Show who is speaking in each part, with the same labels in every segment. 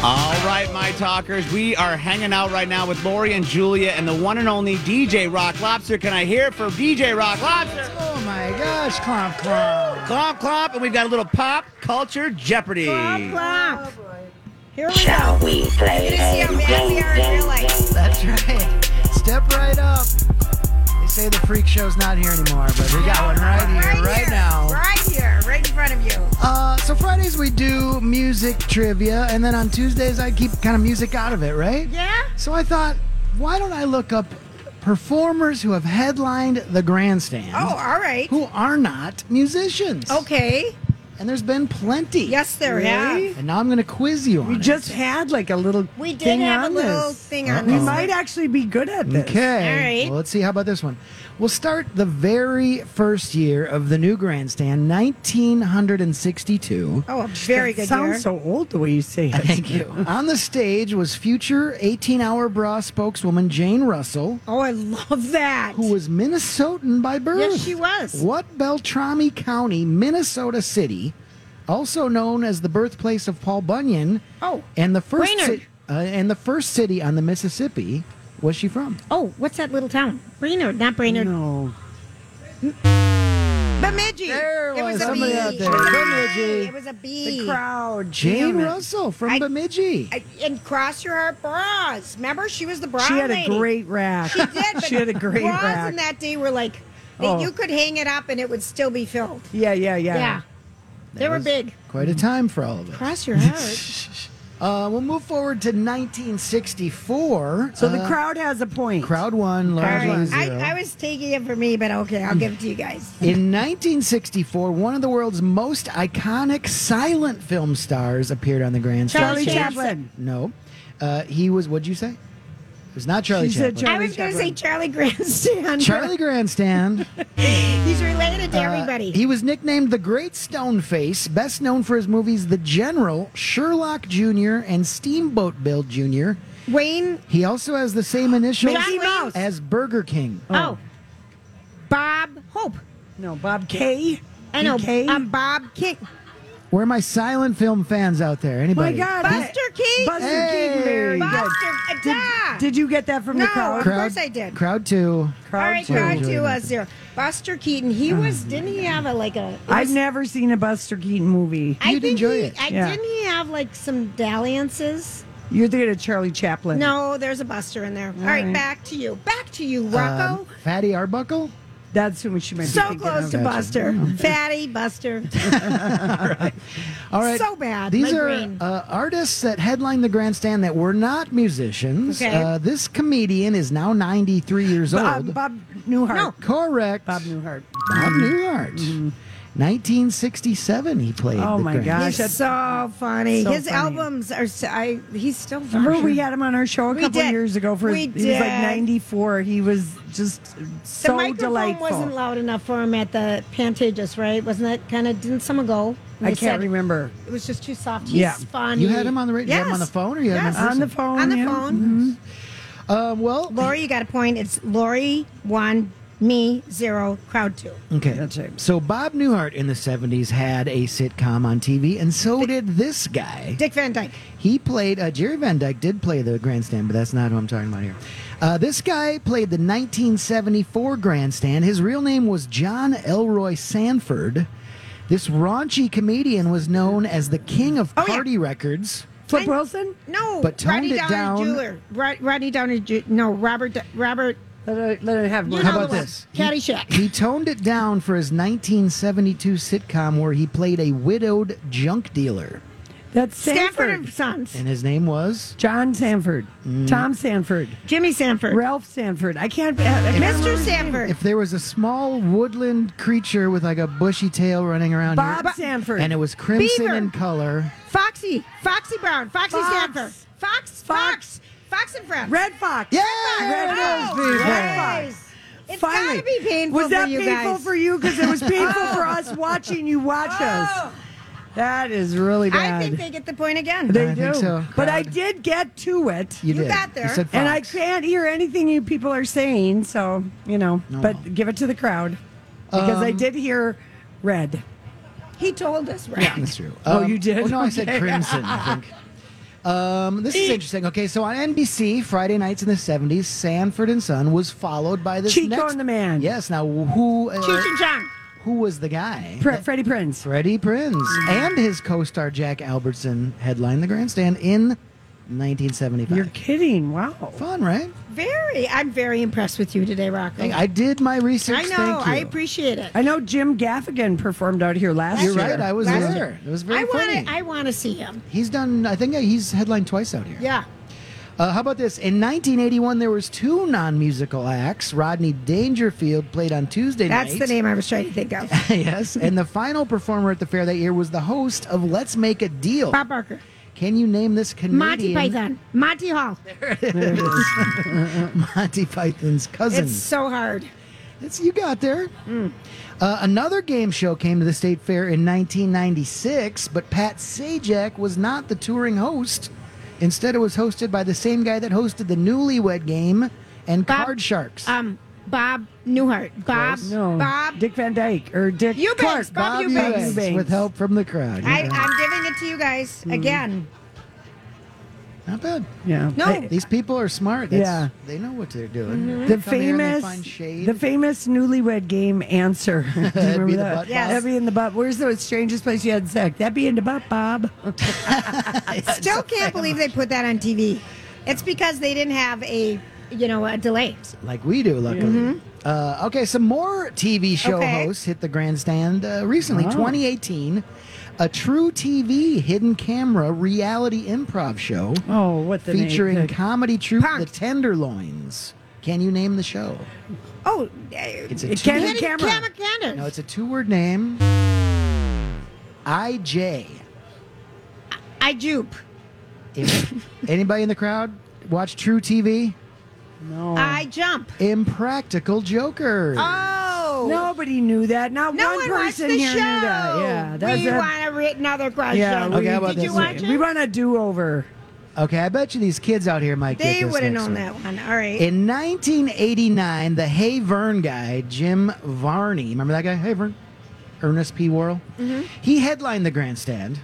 Speaker 1: All right, my talkers, we are hanging out right now with Lori and Julia and the one and only DJ Rock Lobster. Can I hear it from DJ Rock Lobster?
Speaker 2: Oh my gosh, clomp clomp.
Speaker 1: Clomp, clomp, and we've got a little pop culture Jeopardy.
Speaker 2: Clomp. Here we
Speaker 3: Shall we play a game?
Speaker 2: go. That's right. Step right up. They say the freak show's not here anymore, but we got one right here, right now.
Speaker 4: Right here, right in front of you.
Speaker 2: Uh, so Fridays we do music trivia, and then on Tuesdays I keep kind of music out of it, right?
Speaker 4: Yeah?
Speaker 2: So I thought, why don't I look up performers who have headlined the grandstand
Speaker 4: Oh, all right.
Speaker 2: who are not musicians?
Speaker 4: Okay.
Speaker 2: And there's been plenty.
Speaker 4: Yes, there have.
Speaker 2: And now I'm going to quiz you on
Speaker 5: We
Speaker 2: it.
Speaker 5: just had like a little
Speaker 4: We did
Speaker 5: thing
Speaker 4: have a
Speaker 5: on
Speaker 4: little
Speaker 5: this.
Speaker 4: thing on
Speaker 2: Uh-oh.
Speaker 5: We
Speaker 4: this.
Speaker 5: might actually be good at this.
Speaker 2: Okay.
Speaker 4: All right.
Speaker 2: Well, let's see. How about this one? We'll start the very first year of the new grandstand, 1962.
Speaker 4: Oh, a very good
Speaker 5: Sounds
Speaker 4: year.
Speaker 5: so old the way you say it.
Speaker 2: Thank you. On the stage was future 18 hour bra spokeswoman Jane Russell,
Speaker 4: oh, I love that.
Speaker 2: who was Minnesotan by birth.
Speaker 4: Yes, she was.
Speaker 2: What Beltrami County, Minnesota City, also known as the birthplace of Paul Bunyan,
Speaker 4: Oh,
Speaker 2: and the first
Speaker 4: Brainerd.
Speaker 2: ci- uh, and the first city on the Mississippi, was she from?
Speaker 4: Oh, what's that little town? Brainerd, not Brainerd.
Speaker 5: No.
Speaker 4: Bemidji.
Speaker 2: There
Speaker 4: it was
Speaker 2: was
Speaker 4: a
Speaker 2: somebody
Speaker 4: bee.
Speaker 2: out there. Bemidji.
Speaker 4: It was a
Speaker 5: The
Speaker 4: bee.
Speaker 5: crowd.
Speaker 2: Jane
Speaker 5: jamming.
Speaker 2: Russell from
Speaker 4: I-
Speaker 2: Bemidji.
Speaker 4: I- and cross your heart bras. Remember, she was the bra
Speaker 5: She had a
Speaker 4: lady.
Speaker 5: great rack.
Speaker 4: She did. but
Speaker 5: she had a
Speaker 4: the
Speaker 5: great
Speaker 4: bras
Speaker 5: rack.
Speaker 4: in that day were like, they,
Speaker 5: Oh.
Speaker 4: you could hang it up and it would still be filled.
Speaker 5: yeah, yeah, yeah.
Speaker 4: Yeah. They were big.
Speaker 2: Quite a time for all of us.
Speaker 4: Cross your heart.
Speaker 2: Uh, we'll move forward to 1964.
Speaker 5: So the
Speaker 2: Uh,
Speaker 5: crowd has a point.
Speaker 2: crowd won.
Speaker 4: All
Speaker 2: Large
Speaker 4: right.
Speaker 2: won zero.
Speaker 4: I, I was taking it for me, but okay, I'll give it to you guys.
Speaker 2: In 1964, one of the world's most iconic silent film stars appeared on the grand stage.
Speaker 5: Charlie
Speaker 4: Chaplin.
Speaker 5: Chaplin.
Speaker 2: No, uh, he was. What'd you say? It was not Charlie
Speaker 5: She said
Speaker 2: Chaplin.
Speaker 5: Charlie
Speaker 4: I was going to say
Speaker 5: Chaplin.
Speaker 4: Charlie Grandstand.
Speaker 2: Charlie Grandstand.
Speaker 4: He's related to
Speaker 2: Uh,
Speaker 4: everybody.
Speaker 2: he was nicknamed the Great Stone Face, best known for his movies The General, Sherlock Jr., and Steamboat Bill Jr.
Speaker 4: Wayne.
Speaker 2: He also has the same initials
Speaker 4: Mickey Mouse.
Speaker 2: as Burger King.
Speaker 4: Oh. Bob Hope.
Speaker 5: No, Bob K.
Speaker 4: I know.
Speaker 5: BK?
Speaker 4: I'm Bob King.
Speaker 2: Where are my silent film fans out there? Anybody?
Speaker 5: My God.
Speaker 4: Buster Keaton.
Speaker 5: Buster
Speaker 2: Hey.
Speaker 5: Keaton. Very
Speaker 4: Buster. uh,
Speaker 5: good.
Speaker 4: Did,
Speaker 5: Did you get that from the
Speaker 4: No.
Speaker 5: crowd?
Speaker 4: Of course I did.
Speaker 2: Crowd two.
Speaker 4: All right,
Speaker 5: Crowd
Speaker 4: crowd
Speaker 2: two.
Speaker 4: two was zero. Buster Keaton. He was. Didn't he have a like a? it
Speaker 5: I've
Speaker 4: was-
Speaker 5: never seen a Buster Keaton movie.
Speaker 4: I
Speaker 2: You'd
Speaker 4: think
Speaker 2: enjoy
Speaker 4: he-
Speaker 2: it.
Speaker 4: I,
Speaker 5: Yeah.
Speaker 4: Didn't he have like some dalliances?
Speaker 5: You're thinking of Charlie Chaplin.
Speaker 4: No, there's a Buster in there. All right,
Speaker 5: right.
Speaker 4: back to you. Back to you,
Speaker 2: Um,
Speaker 4: Rocco.
Speaker 2: Fatty Arbuckle.
Speaker 5: That's who she might be
Speaker 4: so
Speaker 5: thinking
Speaker 4: close
Speaker 5: of.
Speaker 4: to
Speaker 2: Gotcha.
Speaker 4: Buster. Fatty Buster.
Speaker 2: All right.
Speaker 4: So bad,
Speaker 2: These
Speaker 4: my
Speaker 2: are
Speaker 4: brain.
Speaker 2: Uh, artists that headline the grandstand that were not musicians.
Speaker 4: Okay.
Speaker 2: Uh, this comedian is now 93 years
Speaker 5: Bob,
Speaker 2: old.
Speaker 5: Bob Newhart.
Speaker 4: No.
Speaker 2: Correct.
Speaker 5: Bob Newhart.
Speaker 2: Bob Newhart. 1967, he played.
Speaker 5: Oh
Speaker 2: the
Speaker 5: my
Speaker 2: grand-
Speaker 5: gosh.
Speaker 4: He's
Speaker 5: that's-
Speaker 4: so funny.
Speaker 5: so
Speaker 4: His
Speaker 5: funny.
Speaker 4: albums are. So, I he's still.
Speaker 5: Remember we
Speaker 4: funny.
Speaker 5: had him on our show a
Speaker 4: We
Speaker 5: couple
Speaker 4: did.
Speaker 5: years ago for
Speaker 4: We
Speaker 5: he was like
Speaker 4: did.
Speaker 5: 94. He was just
Speaker 4: the
Speaker 5: so
Speaker 4: microphone
Speaker 5: delightful.
Speaker 4: wasn't loud enough for him at the Pantages, right? Wasn't that kind of? Didn't someone go?
Speaker 5: I
Speaker 4: They
Speaker 5: can't
Speaker 4: said
Speaker 5: remember.
Speaker 4: It was just too soft. He's
Speaker 5: Yeah.
Speaker 4: funny.
Speaker 2: You had him on the radio? You had him on the
Speaker 4: Yes.
Speaker 2: phone or you had him
Speaker 4: Yes.
Speaker 2: on
Speaker 5: On the phone.
Speaker 4: On the
Speaker 5: yeah.
Speaker 4: phone. Mm-hmm.
Speaker 2: Uh, well,
Speaker 4: Lori, you got a point. It's Lori one, me zero, crowd two.
Speaker 2: Okay.
Speaker 5: That's right.
Speaker 2: So Bob Newhart in the 70s had a sitcom on TV, and so did this guy.
Speaker 4: Dick Van Dyke.
Speaker 2: He played, uh, Jerry Van Dyke did play the grandstand, but that's not who I'm talking about here. Uh, this guy played the 1974 grandstand. His real name was John Elroy Sanford. This raunchy comedian was known as the king of
Speaker 5: Oh,
Speaker 4: yeah.
Speaker 2: party records.
Speaker 5: Flip
Speaker 4: I-
Speaker 5: Wilson?
Speaker 4: No,
Speaker 2: But toned
Speaker 4: Rodney
Speaker 2: it
Speaker 4: Downer
Speaker 2: down.
Speaker 4: Jr. Rod- Rodney Downer Jr. No, Robert. D- Robert.
Speaker 5: Let it, let it have
Speaker 4: You
Speaker 5: one.
Speaker 4: know
Speaker 2: How about
Speaker 4: the one.
Speaker 2: this?
Speaker 4: Caddyshack.
Speaker 2: He toned it down for his 1972 sitcom where he played a widowed junk dealer,
Speaker 5: That's
Speaker 4: Sanford
Speaker 5: Sanford.
Speaker 4: and Mm. Sons.
Speaker 2: and his name was
Speaker 5: John Sanford. Tom Sanford.
Speaker 4: Jimmy Sanford.
Speaker 5: Ralph Sanford. I can't. I can't
Speaker 4: Mr.
Speaker 5: remember his name.
Speaker 4: Sanford.
Speaker 2: If there was a small woodland creature with like a bushy tail running around
Speaker 5: Bob
Speaker 2: here,
Speaker 5: Sanford.
Speaker 2: and it was crimson
Speaker 4: Beaver.
Speaker 2: in color.
Speaker 4: Foxy. Foxy Brown. Foxy
Speaker 5: Fox.
Speaker 4: Sanford. Fox. Fox.
Speaker 5: Fox.
Speaker 4: Fox and Friends.
Speaker 5: Red Fox.
Speaker 2: Yeah,
Speaker 5: Red
Speaker 4: Oh,
Speaker 5: Fox. Red
Speaker 4: guys.
Speaker 5: Fox.
Speaker 4: It's
Speaker 5: Finally.
Speaker 4: gotta be painful
Speaker 5: Was that
Speaker 4: for you
Speaker 5: painful
Speaker 4: guys.
Speaker 5: for you? Because it was painful for us watching you watch us. That is really bad.
Speaker 4: Oh. I think they get the point again.
Speaker 5: They
Speaker 2: I
Speaker 5: do.
Speaker 2: think so.
Speaker 5: But I
Speaker 2: Crowd.
Speaker 5: did get to it.
Speaker 2: You,
Speaker 4: You
Speaker 2: did.
Speaker 4: got there.
Speaker 2: You said
Speaker 5: And I
Speaker 2: Fox.
Speaker 5: can't hear anything you people are saying, so you know. But give it to the crowd because
Speaker 2: Um,
Speaker 5: I did hear red.
Speaker 4: he told us right.
Speaker 2: That's true.
Speaker 5: Oh, you did?
Speaker 2: oh, no, I said
Speaker 5: Okay.
Speaker 2: crimson. I think. Um, this is interesting. Okay, so on NBC, Friday nights in the '70s, Sanford and Son was followed by this
Speaker 5: Chico
Speaker 2: next-
Speaker 5: and the Man.
Speaker 2: Yes. Now, who
Speaker 4: Cheech
Speaker 2: uh,
Speaker 4: and Chong.
Speaker 2: who was the guy?
Speaker 5: Pre- Freddie Prince.
Speaker 2: Freddie Prinz and his co-star Jack Albertson headlined the grandstand in 1975.
Speaker 5: You're kidding! Wow.
Speaker 2: Fun, right?
Speaker 4: Very. I'm very impressed with you today, Rocco.
Speaker 2: Hey, I did my research.
Speaker 4: I know.
Speaker 2: Thank you.
Speaker 4: I appreciate it.
Speaker 5: I know Jim Gaffigan performed out here last
Speaker 2: You're
Speaker 5: year.
Speaker 2: right. I was
Speaker 4: Last
Speaker 2: there. It was very
Speaker 4: I
Speaker 2: funny.
Speaker 4: want to. I want to see him.
Speaker 2: He's done. I think he's headlined twice out here.
Speaker 4: Yeah.
Speaker 2: Uh, how about this? In 1981, there was two non-musical acts. Rodney Dangerfield played on Tuesday
Speaker 4: That's
Speaker 2: night.
Speaker 4: the name I was trying to think of.
Speaker 2: yes, and the final performer at the fair that year was the host of Let's Make a Deal.
Speaker 4: Bob Barker.
Speaker 2: Can you name this Canadian?
Speaker 4: Monty Python. Monty Hall.
Speaker 2: Monty Python's cousin.
Speaker 4: It's so hard.
Speaker 2: It's, you got there. Uh, another game show came to the state fair in 1996, but Pat Sajak was not the touring host. Instead, it was hosted by the same guy that hosted the Newlywed Game and
Speaker 4: Bob-
Speaker 2: Card Sharks.
Speaker 4: Um, Bob Newhart. Bob.
Speaker 5: No.
Speaker 4: Bob.
Speaker 5: Dick Van Dyke or Dick
Speaker 4: Eubanks, Bob
Speaker 5: Clark.
Speaker 2: Bob
Speaker 4: Eubanks.
Speaker 2: Eubanks,
Speaker 5: Eubanks.
Speaker 2: with help from the crowd.
Speaker 4: I,
Speaker 2: Yeah,
Speaker 4: I'm giving it to you guys again.
Speaker 2: not bad.
Speaker 5: Yeah.
Speaker 4: No.
Speaker 5: I-
Speaker 2: These people are smart. That's,
Speaker 5: Yeah.
Speaker 2: they know what they're doing. They
Speaker 5: the
Speaker 2: come here and they
Speaker 5: famous,
Speaker 2: find shade.
Speaker 5: the famous newlywed game answer. Do you remember
Speaker 2: be the
Speaker 5: that?
Speaker 2: butt
Speaker 4: Yes. bob.
Speaker 5: That'd be in the butt. Where's the strangest place you had sex? That'd be in the butt, Bob.
Speaker 4: Still can't believe they put that on TV. It's because they didn't have a, you know, a delay.
Speaker 2: like we do, luckily. Uh, okay, some more TV show
Speaker 4: Mm-hmm. Okay.
Speaker 2: hosts hit the grandstand uh, recently. 2018, a True TV hidden camera reality improv show
Speaker 5: Oh, what the name-
Speaker 2: featuring
Speaker 5: the-
Speaker 2: comedy troupe
Speaker 4: Punk.
Speaker 2: The Tenderloins. Can you name the show?
Speaker 4: Oh,
Speaker 2: It's
Speaker 4: it's
Speaker 2: a
Speaker 5: It
Speaker 2: two-
Speaker 5: can't-
Speaker 4: Hidden
Speaker 5: camera.
Speaker 4: camera candles.
Speaker 2: no, it's a two-word name. IJ.
Speaker 4: I jupe.
Speaker 2: If- anybody in the crowd watch True TV?
Speaker 5: No.
Speaker 4: I jump.
Speaker 2: Impractical Joker.
Speaker 4: Oh.
Speaker 5: Nobody knew that. Not
Speaker 4: No
Speaker 5: one
Speaker 4: one watched
Speaker 5: person
Speaker 4: the
Speaker 5: here
Speaker 4: show.
Speaker 5: knew that. Yeah,
Speaker 4: we
Speaker 5: a-
Speaker 4: want to read another question.
Speaker 5: yeah.
Speaker 2: Okay,
Speaker 5: we,
Speaker 2: how about
Speaker 4: Did you
Speaker 2: this
Speaker 4: watch
Speaker 5: we
Speaker 4: it?
Speaker 5: want a do-over.
Speaker 2: Okay, I bet you these kids out here might get
Speaker 4: They
Speaker 2: this
Speaker 4: would have
Speaker 2: next
Speaker 4: known
Speaker 2: one.
Speaker 4: that one. All right.
Speaker 2: In 1989, the Hey Vern guy, Jim Varney, remember that guy? Hey Vern? Ernest P. Worrell?
Speaker 5: Mm-hmm.
Speaker 2: He headlined the grandstand.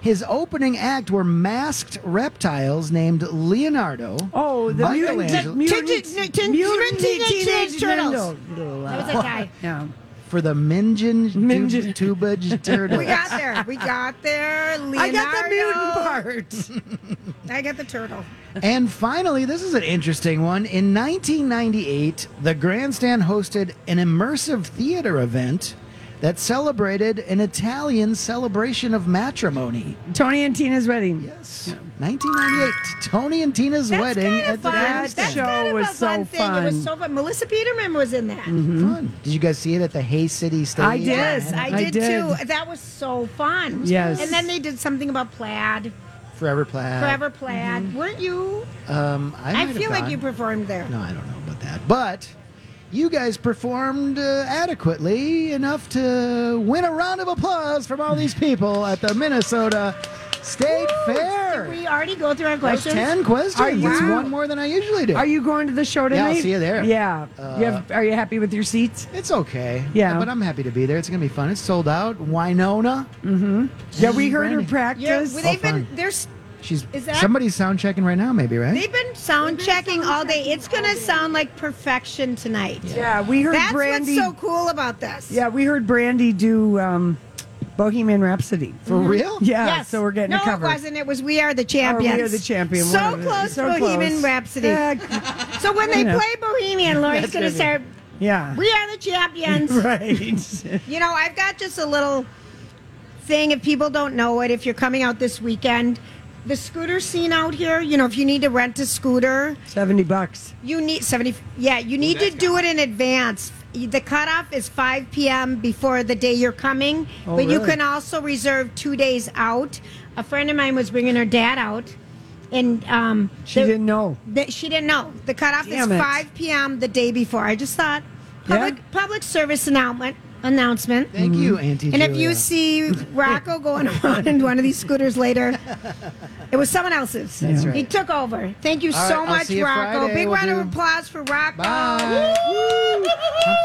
Speaker 2: His opening act were masked reptiles named Leonardo.
Speaker 5: Oh, the mutant,
Speaker 2: Michelangelo-
Speaker 5: mutant,
Speaker 4: Tin- tin-
Speaker 5: mutant
Speaker 4: tin- Teenage Turtles.
Speaker 5: Ninja-
Speaker 4: that was a tie.
Speaker 5: Yeah.
Speaker 2: for the Minjin
Speaker 5: Minjin.
Speaker 2: Tubage Turtle.
Speaker 4: We got there. We got there. Leonardo.
Speaker 5: I got the mutant part.
Speaker 4: I got the turtle.
Speaker 2: And finally, this is an interesting one. In 1998, the grandstand hosted an immersive theater event that celebrated an Italian celebration of matrimony.
Speaker 5: Tony and Tina's wedding.
Speaker 2: Yes. 1998, Tony and Tina's
Speaker 4: That's
Speaker 2: wedding
Speaker 4: kind
Speaker 2: at
Speaker 4: of
Speaker 2: the
Speaker 4: fun.
Speaker 5: That
Speaker 2: grandstand.
Speaker 4: That's
Speaker 5: show
Speaker 4: kind of
Speaker 5: was
Speaker 4: a
Speaker 5: so
Speaker 4: fun thing. It was
Speaker 5: fun.
Speaker 4: so fun. Melissa Peterman was in that.
Speaker 2: Fun. Did you guys see it at the Hay City Stage?
Speaker 5: I did.
Speaker 4: Yes, I did,
Speaker 5: I did.
Speaker 4: too. That was so fun.
Speaker 5: Yes. Uh,
Speaker 4: And then they did something about plaid,
Speaker 2: Forever Plaid.
Speaker 4: forever plaid.
Speaker 5: mm-hmm.
Speaker 4: Weren't you?
Speaker 2: Um, I,
Speaker 4: I
Speaker 2: might have
Speaker 4: feel like
Speaker 2: gone.
Speaker 4: you performed there.
Speaker 2: No, I don't know about that. But you guys performed uh, adequately enough to win a round of applause from all these people at the Minnesota State Fair.
Speaker 4: Did we already go through our
Speaker 2: That's
Speaker 4: questions?
Speaker 2: 10 questions.
Speaker 5: Are you-
Speaker 2: That's one more than I usually do.
Speaker 5: Are you going to the show tonight?
Speaker 2: Yeah, I'll see you there.
Speaker 5: Yeah. you have, are you happy with your seats?
Speaker 2: it's okay.
Speaker 5: Yeah.
Speaker 2: But I'm happy to be there. It's going to be fun. It's sold out. Winona.
Speaker 5: Mm. Yeah, we heard her
Speaker 2: Brandy.
Speaker 4: You're,
Speaker 5: practice.
Speaker 4: well, they've been
Speaker 2: fun.
Speaker 4: there's
Speaker 2: She's
Speaker 4: Is that-
Speaker 2: somebody's sound checking right now, maybe, right?
Speaker 4: they've been sound checking all day. It's gonna sound like perfection tonight.
Speaker 5: yeah, we heard
Speaker 4: That's
Speaker 5: Brandy.
Speaker 4: what's so cool about this.
Speaker 5: Yeah, we heard Brandy do um, Bohemian Rhapsody.
Speaker 2: For real?
Speaker 5: Yeah,
Speaker 4: Yes.
Speaker 5: so we're getting
Speaker 4: no,
Speaker 5: it covered.
Speaker 4: it wasn't. It was We Are the
Speaker 5: Or Oh, we
Speaker 4: Champions.
Speaker 5: are the champion.
Speaker 4: So
Speaker 5: whatever it is.
Speaker 4: close
Speaker 5: So
Speaker 4: to Bohemian
Speaker 5: close. Eh,
Speaker 4: Rhapsody.
Speaker 5: Yeah,
Speaker 4: so when they
Speaker 5: You know.
Speaker 4: play Bohemian, Lori's
Speaker 2: That's
Speaker 4: going to
Speaker 2: gonna
Speaker 4: start,
Speaker 5: yeah.
Speaker 4: We Are the Champions.
Speaker 5: right.
Speaker 4: You know, I've got just a little thing. If people don't know it, if you're coming out this weekend, the scooter scene out here, you know, if you need to rent a scooter,
Speaker 5: Seventy bucks.
Speaker 4: you need 70. Yeah, you need to do it in advance. The cutoff is 5 p.m. before the day you're coming,
Speaker 5: Oh,
Speaker 4: but you
Speaker 5: really?
Speaker 4: can also reserve two days out. A friend of mine was bringing her dad out, and um,
Speaker 5: She
Speaker 4: they-
Speaker 5: didn't know.
Speaker 4: that she didn't know. The cutoff
Speaker 5: Damn it.
Speaker 4: is 5 p.m. the day before. I just thought
Speaker 5: Yeah.
Speaker 4: public public service announcement announcement.
Speaker 2: Thank you,
Speaker 5: Mm-hmm.
Speaker 2: Auntie
Speaker 4: And if
Speaker 2: Julia.
Speaker 4: you see Rocco going around in one of these scooters later, it was someone else's.
Speaker 5: That's right.
Speaker 4: He took over. Thank you
Speaker 2: All
Speaker 4: so
Speaker 2: right, I'll
Speaker 4: much,
Speaker 2: see you
Speaker 4: Rocco.
Speaker 2: Friday.
Speaker 4: Big
Speaker 2: We'll
Speaker 4: round of
Speaker 2: do-
Speaker 4: applause for Rocco.
Speaker 2: Bye.
Speaker 4: Woo!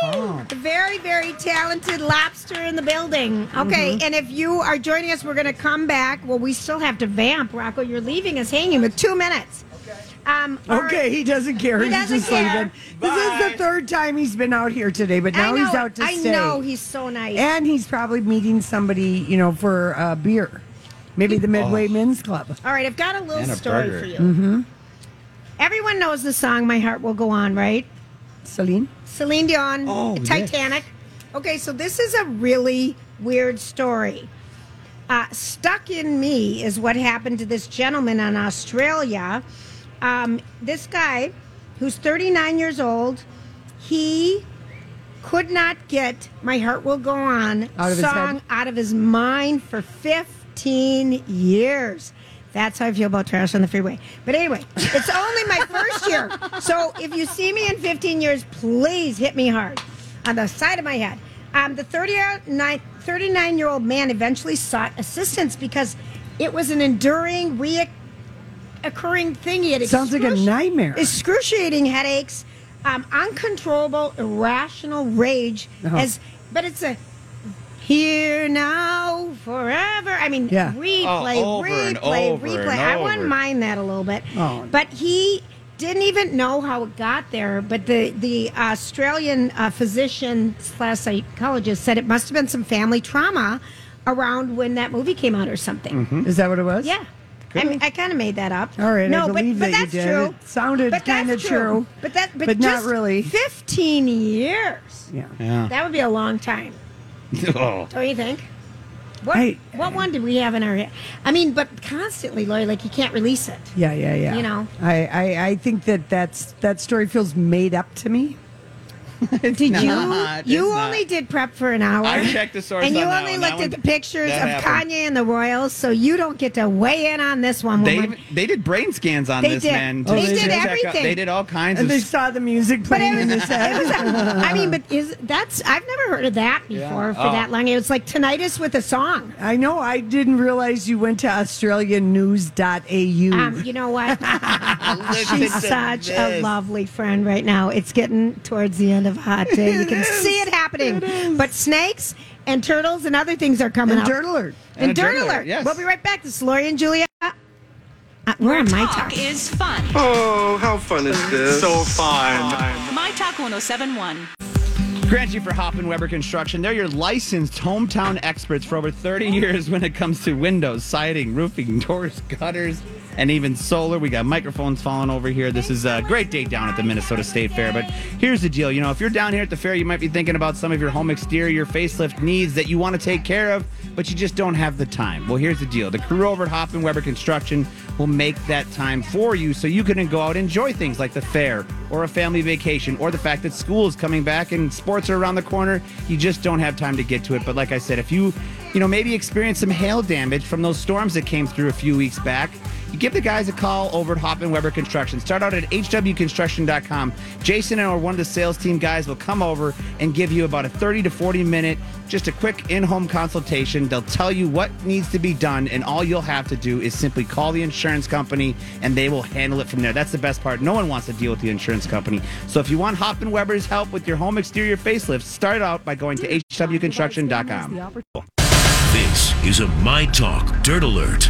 Speaker 2: Wow.
Speaker 4: Very, very talented lobster in the building.
Speaker 2: Mm-hmm.
Speaker 4: Okay, and if you are joining us, we're going to come back. Well, we still have to vamp, Rocco. You're leaving us hanging with two minutes. Um, all right.
Speaker 5: Okay, he doesn't care.
Speaker 4: He
Speaker 5: he's
Speaker 4: doesn't
Speaker 5: just
Speaker 4: care.
Speaker 5: leaving. This is the third time he's been out here today, but
Speaker 4: I
Speaker 5: now
Speaker 4: know,
Speaker 5: he's out to
Speaker 4: I
Speaker 5: stay.
Speaker 4: know he's so nice.
Speaker 5: and he's probably meeting somebody, you know, for a beer. Maybe the Midway Men's Club.
Speaker 4: All right, I've got a little
Speaker 1: And a
Speaker 4: story
Speaker 1: burger.
Speaker 4: for you. Everyone knows the song "My Heart Will Go On," right?
Speaker 5: Celine?
Speaker 4: Celine Dion,
Speaker 1: Oh,
Speaker 4: Titanic. Okay, so this is a really weird story. Uh, stuck in me is what happened to this gentleman in Australia. Um, this guy, who's 39 years old, he could not get "My Heart Will Go On"
Speaker 5: Out of his
Speaker 4: song
Speaker 5: head?
Speaker 4: out of his mind for 15 years. That's how I feel about trash on the freeway. But anyway, it's only my first year. So if you see me in 15 years, please hit me hard on the side of my head. Um, the 39 year old man eventually sought assistance because it was an enduring, reoccurring thing. He had
Speaker 5: Sounds like a
Speaker 4: excruci-
Speaker 5: nightmare.
Speaker 4: Excruciating headaches, um, uncontrollable, irrational rage.
Speaker 5: Uh-huh.
Speaker 4: As But it's a here now forever i mean
Speaker 5: Yeah.
Speaker 4: replay
Speaker 1: Oh, over
Speaker 4: replay
Speaker 1: and over
Speaker 4: replay
Speaker 1: and
Speaker 4: i
Speaker 1: over.
Speaker 4: wouldn't mind that a little bit
Speaker 5: Oh.
Speaker 4: but he didn't even know how it got there but the the australian uh, physician slash psychologist said it must have been some family trauma around when that movie came out or something
Speaker 5: Is that what it was?
Speaker 4: yeah I, mean, I kind of made that up.
Speaker 5: All right, I
Speaker 4: no, but-
Speaker 5: believe
Speaker 4: but,
Speaker 5: that you
Speaker 4: that's
Speaker 5: did.
Speaker 4: true.
Speaker 5: It sounded
Speaker 4: But that's
Speaker 5: kinda true,
Speaker 4: But that, but,
Speaker 5: but not
Speaker 4: just
Speaker 5: really.
Speaker 4: Fifteen years.
Speaker 5: Yeah.
Speaker 4: That would be a long time.
Speaker 1: Oh.
Speaker 4: Don't you think? What,
Speaker 5: I-
Speaker 4: what one did we have in our head? I mean, but constantly, Lori, like you can't release it.
Speaker 5: Yeah, yeah, yeah.
Speaker 4: You know.
Speaker 5: I, I, I think that that's, that story feels made up to me.
Speaker 4: Did
Speaker 1: not, it's
Speaker 4: you? You
Speaker 1: not.
Speaker 4: only did prep for an hour.
Speaker 1: I checked the source
Speaker 4: And you
Speaker 1: on that
Speaker 4: only
Speaker 1: one. That
Speaker 4: looked at
Speaker 1: one-
Speaker 4: the pictures of
Speaker 1: that happened.
Speaker 4: Kanye and the Royals, so you don't get to weigh in on this one.
Speaker 1: They,
Speaker 4: woman.
Speaker 1: they did brain scans on
Speaker 4: They
Speaker 1: this
Speaker 4: did. Oh,
Speaker 1: man.
Speaker 4: They
Speaker 1: just to
Speaker 4: did
Speaker 1: check out-
Speaker 4: everything.
Speaker 1: They did all kinds
Speaker 5: And
Speaker 1: of
Speaker 5: they saw the music
Speaker 4: But it
Speaker 5: playing
Speaker 4: was,
Speaker 5: in
Speaker 4: it
Speaker 5: the
Speaker 4: was
Speaker 5: set.
Speaker 4: I mean, but is that's I've never heard of that before for
Speaker 1: Oh.
Speaker 4: that long. It was like tinnitus with a song.
Speaker 5: I know. I didn't realize you went to AustralianNews.au.
Speaker 4: Um, you know what? She's such a lovely friend right now. It's getting towards the end of a hot day. You can see it happening. but snakes and turtles and other things are coming
Speaker 5: and
Speaker 4: up.
Speaker 5: Dirt Alert.
Speaker 4: And,
Speaker 1: And a
Speaker 4: dirt,
Speaker 1: dirt
Speaker 4: alert.
Speaker 1: alert, yes.
Speaker 4: We'll be right back. This is Lori and Julia. Uh, we're on my talk.
Speaker 6: Talk is fun.
Speaker 7: Oh, how fun is this? So fun.
Speaker 6: My Talk 1071.
Speaker 1: Grant you for Hoffman Weber Construction. They're your licensed hometown experts for over 30 years when it comes to windows, siding, roofing, doors, gutters, and even solar. We got microphones falling over here. This is a great day down at the Minnesota State Fair. But here's the deal you know, if you're down here at the fair, you might be thinking about some of your home exterior facelift needs that you want to take care of, but you just don't have the time. Well, here's the deal the crew over at Hoffman Weber Construction will make that time for you so you can go out and enjoy things like the fair or a family vacation or the fact that school is coming back and sports are around the corner. You just don't have time to get to it. But like I said, if you, you know, maybe experience some hail damage from those storms that came through a few weeks back, you give the guys a call over at Hoffman Weber Construction. Start out at hwconstruction.com. Jason or one of the sales team guys will come over and give you about a 30 to 40 minute, just a quick in home consultation. They'll tell you what needs to be done, and all you'll have to do is simply call the insurance company and they will handle it from there. That's the best part. No one wants to deal with the insurance company. So if you want Hoffman Weber's help with your home exterior facelift, start out by going to hwconstruction.com.
Speaker 8: This is a My Talk Dirt Alert.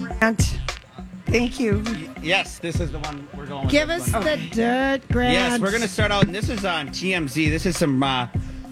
Speaker 5: Rant. Thank you.
Speaker 1: Yes, this is the one we're going with.
Speaker 4: Give
Speaker 1: This one.
Speaker 4: us the dirt, Grant.
Speaker 1: Yes, we're going to start out, and this is on TMZ. This is some uh,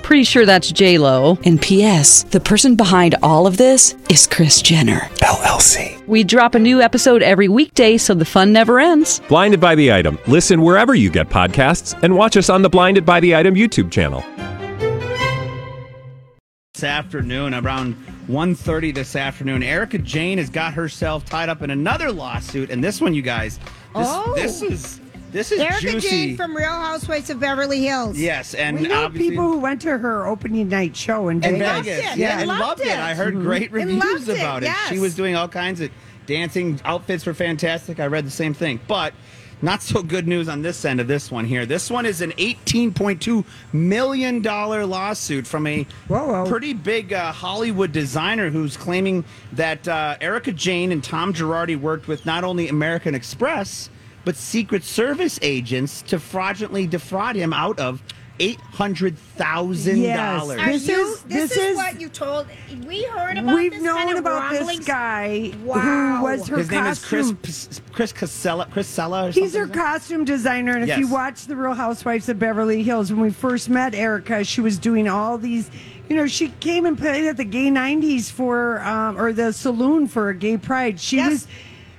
Speaker 9: Pretty sure that's J Lo. And P.S. The person behind all of this is Chris Jenner LLC. We drop a new episode every weekday, so the fun never ends.
Speaker 10: Blinded by the item. Listen wherever you get podcasts, and watch us on the Blinded by the Item YouTube channel.
Speaker 1: afternoon, around 1.30 this afternoon, Erica Jane has got herself tied up in another lawsuit. And this one, you guys, this,
Speaker 4: Oh.
Speaker 1: this is this is
Speaker 4: Erica
Speaker 1: juicy.
Speaker 4: Jane from Real Housewives of Beverly Hills.
Speaker 1: Yes, and
Speaker 5: We know
Speaker 1: obviously-
Speaker 5: people who went to her opening night show in
Speaker 1: in
Speaker 5: Vegas.
Speaker 1: Vegas. Yeah, and loved, it. I heard
Speaker 5: Mhm.
Speaker 1: great
Speaker 5: And
Speaker 1: reviews
Speaker 5: loved it,
Speaker 1: about it. She
Speaker 5: yes.
Speaker 1: was doing all kinds of dancing outfits were fantastic. I read the same thing, but not so good news on this end of this one here. This one is an 18.2 million dollar lawsuit from a pretty big uh, Hollywood designer who's claiming that uh, Erica Jane and Tom Girardi worked with not only American Express but Secret Service agents to fraudulently defraud him out of. Eight hundred thousand dollars.
Speaker 4: Are you- this, is, what you told. We heard about
Speaker 5: We've
Speaker 4: this
Speaker 5: known
Speaker 4: kind of
Speaker 5: about this
Speaker 4: rumblings.
Speaker 5: guy who
Speaker 4: Wow.
Speaker 5: was her
Speaker 1: His name is Chris
Speaker 5: costume-
Speaker 1: P- Chris Casella. Chris Sella. Or
Speaker 5: He's
Speaker 1: something
Speaker 5: her
Speaker 1: like that?
Speaker 5: costume designer, and
Speaker 1: Yes.
Speaker 5: if you watch The Real Housewives of Beverly Hills, when we first met Erica, she was doing all these. You know, she came and played at the Gay '90s for, um, or the saloon for Gay Pride. She was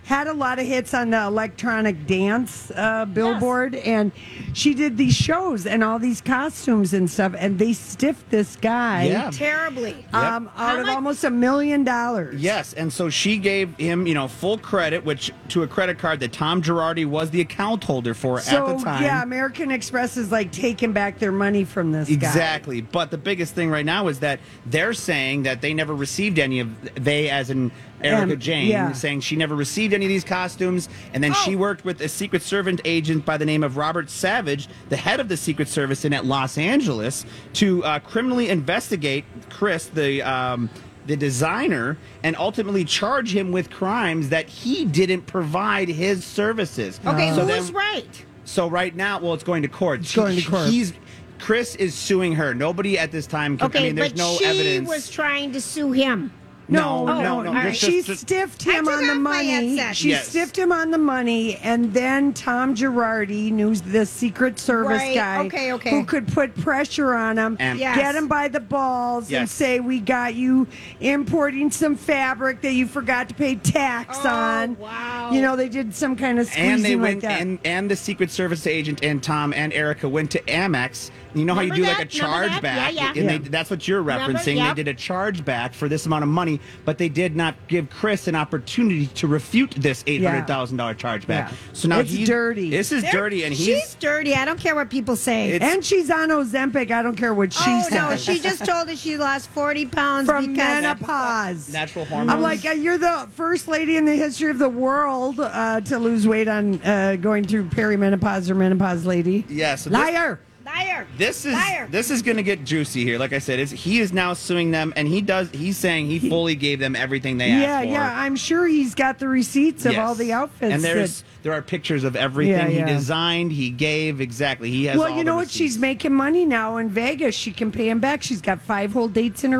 Speaker 5: had a lot of hits on the electronic dance uh, billboard, and she did these shows and all these costumes and stuff, and they stiffed this guy.
Speaker 4: Terribly.
Speaker 5: Um, out of almost a million dollars.
Speaker 1: Yes, and so she gave him, you know, full credit, which to a credit card that Tom Girardi was the account holder for
Speaker 5: So
Speaker 1: at the time.
Speaker 5: yeah, American Express is like taking back their money from this guy.
Speaker 1: Exactly. But the biggest thing right now is that they're saying that they never received any of they as in Erica
Speaker 5: Um,
Speaker 1: Jane
Speaker 5: yeah. Oh.
Speaker 1: saying she never received any of these costumes and then she worked with a secret servant agent by the name of Robert Savage, the head of the secret service in at Los Angeles to uh, criminally investigate Chris the um the designer and ultimately charge him with crimes that he didn't provide his services.
Speaker 4: Okay,
Speaker 1: So
Speaker 4: who's
Speaker 1: then-
Speaker 4: right?
Speaker 1: so right now, well, it's going to court. It's going to court. He's Chris is suing her. Nobody at this time. Can,
Speaker 4: Okay,
Speaker 1: I mean, there's
Speaker 4: but
Speaker 1: no
Speaker 4: she
Speaker 1: evidence.
Speaker 4: was trying to sue him.
Speaker 1: no,
Speaker 5: Oh,
Speaker 1: no, no.
Speaker 5: all right.
Speaker 1: This
Speaker 5: She
Speaker 1: is just-
Speaker 5: stiffed
Speaker 4: I
Speaker 5: him
Speaker 4: took
Speaker 5: on the
Speaker 4: off my
Speaker 5: money.
Speaker 4: headset.
Speaker 5: She
Speaker 1: Yes.
Speaker 5: stiffed him on the money, and then Tom Girardi knew the Secret Service
Speaker 4: Right,
Speaker 5: guy
Speaker 4: okay, okay.
Speaker 5: who could put pressure on him,
Speaker 1: And- Yes.
Speaker 5: get him by the balls, and
Speaker 1: Yes.
Speaker 5: say, "We got you importing some fabric that you forgot to pay tax
Speaker 4: Oh,
Speaker 5: on." Wow! You know, they did some kind of squeezing
Speaker 1: and they
Speaker 5: like
Speaker 1: went
Speaker 5: that.
Speaker 1: and and the Secret Service agent and Tom and Erica went to Amex. You know how you do
Speaker 4: Remember
Speaker 1: like a
Speaker 4: that? Remember
Speaker 1: chargeback,
Speaker 4: that? Yeah, yeah.
Speaker 1: and
Speaker 4: Yeah.
Speaker 1: They, that's what you're
Speaker 4: Remember?
Speaker 1: referencing.
Speaker 4: Yep.
Speaker 1: They did a chargeback for this amount of money, but they did not give Chris an opportunity to refute this eight hundred thousand dollar chargeback.
Speaker 5: Yeah.
Speaker 1: So now
Speaker 5: It's
Speaker 1: he-
Speaker 5: dirty.
Speaker 1: This is
Speaker 4: They're-
Speaker 1: dirty, and
Speaker 4: she's
Speaker 1: he's
Speaker 4: dirty. I don't care what people say.
Speaker 1: It's-
Speaker 5: and she's on Ozempic. I don't care what she
Speaker 4: oh
Speaker 5: says.
Speaker 4: no, she just told us she lost forty pounds
Speaker 5: From
Speaker 4: because
Speaker 5: menopause.
Speaker 1: natural hormones.
Speaker 5: I'm like, uh, you're the first lady in the history of the world uh, to lose weight on uh, going through perimenopause or menopause, lady.
Speaker 1: Yeah, so this-
Speaker 5: liar.
Speaker 4: liar.
Speaker 1: This is
Speaker 4: liar.
Speaker 1: this is going to get juicy here. Like I said, it's, he is now suing them, and he does. He's saying he fully gave them everything they
Speaker 5: Yeah,
Speaker 1: asked for.
Speaker 5: yeah. I'm sure he's got the receipts of
Speaker 1: Yes.
Speaker 5: all the outfits.
Speaker 1: And there's
Speaker 5: that-
Speaker 1: there are pictures of everything
Speaker 5: Yeah, yeah.
Speaker 1: he designed, he gave exactly. He has.
Speaker 5: well,
Speaker 1: all the
Speaker 5: you know what?
Speaker 1: receipts.
Speaker 5: She's making money now in Vegas. She can pay him back. She's got five whole dates in her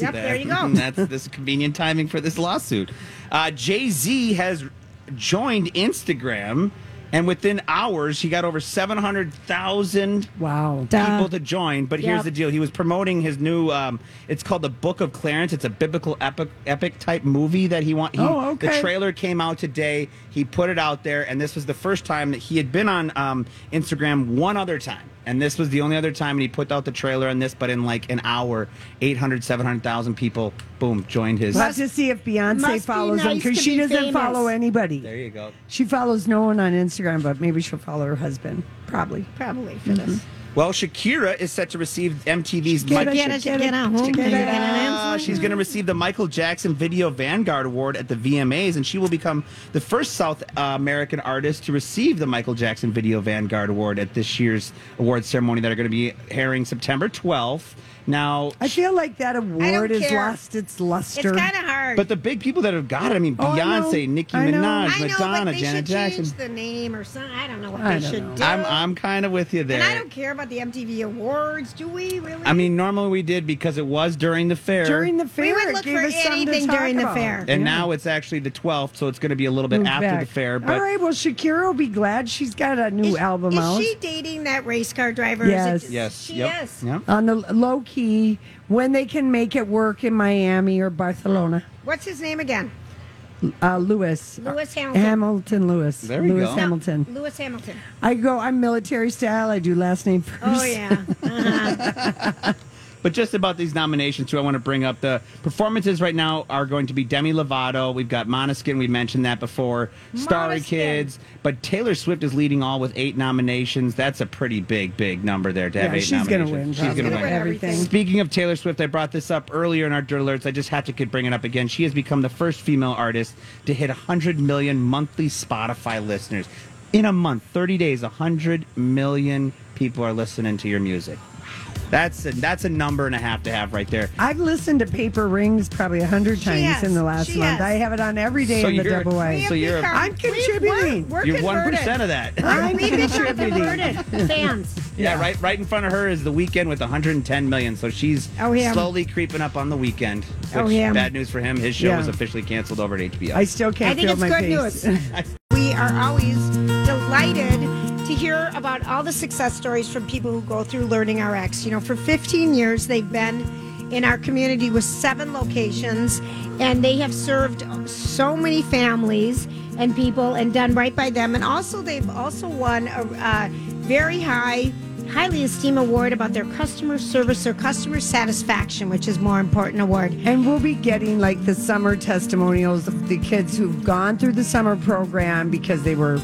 Speaker 1: That's this is convenient timing for this lawsuit. Uh, Jay Z has joined Instagram, and within hours, he got over seven hundred thousand
Speaker 5: wow
Speaker 1: people to join. But here's
Speaker 4: Yep.
Speaker 1: the deal: he was promoting his new. Um, it's called the Book of Clarence. It's a biblical epic epic type movie that he want. He,
Speaker 5: Oh, okay.
Speaker 1: The trailer came out today. He put it out there, and this was the first time that he had been on um, Instagram one other time. And this was the only other time, and he put out the trailer on this, but in like an hour, 800, 700,000 people, boom, joined his.
Speaker 5: Let's just see if Beyonce
Speaker 11: Must be
Speaker 5: follows him
Speaker 11: nice
Speaker 5: because
Speaker 11: to
Speaker 5: she
Speaker 11: be
Speaker 5: doesn't
Speaker 11: famous.
Speaker 5: follow anybody.
Speaker 1: There you go.
Speaker 5: She follows no one on Instagram, but maybe she'll follow her husband. Probably.
Speaker 4: Probably for this.
Speaker 1: Well, Shakira is set to receive MTV's
Speaker 4: Shakira,
Speaker 1: Michael.
Speaker 4: Shakira, Shakira, Shakira.
Speaker 1: Ah, she's going to receive the Michael Jackson Video Vanguard Award at the VMAs, and she will become the first South uh, American artist to receive the Michael Jackson Video Vanguard Award at this year's award ceremony that are going to be airing September 12th. Now,
Speaker 5: I feel like that award has
Speaker 1: care.
Speaker 5: lost its luster.
Speaker 4: It's kind of hard.
Speaker 1: but the big people that have got it, I mean,
Speaker 5: Oh, I know.
Speaker 1: Beyonce, Nicki
Speaker 5: I know.
Speaker 1: Minaj,
Speaker 4: I know, but
Speaker 1: Madonna,
Speaker 4: they
Speaker 1: Janet
Speaker 4: should
Speaker 1: Jackson.
Speaker 4: change the name or something. I don't know what
Speaker 1: I
Speaker 4: they
Speaker 1: don't
Speaker 4: should
Speaker 1: know.
Speaker 4: do.
Speaker 1: I'm, I'm kind of with you there.
Speaker 4: and I don't care about the MTV awards. Do we really?
Speaker 1: I mean, normally we did because it was during the fair.
Speaker 5: during the fair,
Speaker 4: We would
Speaker 5: it
Speaker 4: look
Speaker 5: gave
Speaker 4: for
Speaker 5: us something to
Speaker 4: anything
Speaker 5: talk
Speaker 4: during the
Speaker 5: about.
Speaker 4: fair.
Speaker 1: and now it's actually the 12th, so it's going to be a little bit
Speaker 5: Move
Speaker 1: after
Speaker 5: back.
Speaker 1: the fair. But
Speaker 5: All right, well, Shakira will be glad she's got a new album
Speaker 4: Is
Speaker 5: out.
Speaker 4: she dating that race car driver? Is
Speaker 5: Yes.
Speaker 4: it-
Speaker 1: yes,
Speaker 4: She
Speaker 1: yep,
Speaker 4: is.
Speaker 1: yep.
Speaker 5: on the low key when they can make it work in Miami or Barcelona.
Speaker 4: What's his name again?
Speaker 5: Uh, Lewis.
Speaker 4: Lewis Hamilton.
Speaker 5: Hamilton Lewis.
Speaker 1: There we
Speaker 5: Lewis
Speaker 1: go.
Speaker 5: Hamilton.
Speaker 4: Lewis Hamilton.
Speaker 5: I go, I'm military style. I do last name first.
Speaker 4: Oh yeah.
Speaker 1: But just about these nominations, too, I want to bring up the performances right now are going to be Demi Lovato. We've got Monoskin. We mentioned that before. Starry
Speaker 4: Måneskin.
Speaker 1: Kids. But Taylor Swift is leading all with eight nominations. That's a pretty big, big number there to have
Speaker 5: Yeah,
Speaker 1: eight
Speaker 5: she's gonna
Speaker 1: nominations.
Speaker 5: win.
Speaker 1: She's going to win.
Speaker 5: everything.
Speaker 1: Speaking of Taylor Swift, I brought this up earlier in our Dirt Alerts. I just had to bring it up again. She has become the first female artist to hit 100 million monthly Spotify listeners. In a month, 30 days, 100 million people are listening to your music. That's a, that's a number and a half to have right there.
Speaker 5: I've listened to Paper Rings probably a hundred
Speaker 4: She
Speaker 5: times
Speaker 4: has.
Speaker 5: in the last
Speaker 4: She
Speaker 5: month.
Speaker 4: has.
Speaker 5: I have it on every day
Speaker 1: So
Speaker 5: in the
Speaker 1: you're- We
Speaker 5: double A.
Speaker 1: So you're-
Speaker 5: I'm contributing.
Speaker 4: We're, we're
Speaker 1: You're one
Speaker 4: converted.
Speaker 1: percent of that.
Speaker 5: I'm
Speaker 4: We've been
Speaker 5: contributing.
Speaker 4: converted fans.
Speaker 1: Yeah, right. Right in front of her is the weekend with 110 million. So she's
Speaker 4: Oh, yeah.
Speaker 1: slowly creeping up on the weekend. Which,
Speaker 4: Oh, yeah.
Speaker 1: Bad news for him. His show
Speaker 5: Yeah.
Speaker 1: was officially canceled over at HBO.
Speaker 5: I still can't
Speaker 4: I think
Speaker 5: feel
Speaker 4: it's
Speaker 5: my
Speaker 4: good
Speaker 5: face.
Speaker 4: news. we are always delighted to hear about all the success stories from people who go through Learning RX. You know, for 15 years, they've been in our community with seven locations, and they have served so many families and people and done right by them. And also, they've also won a, a very high highly esteemed award about their customer service or customer satisfaction which is more important award
Speaker 5: And we'll be getting like the summer testimonials of the kids who've gone through the summer program because they were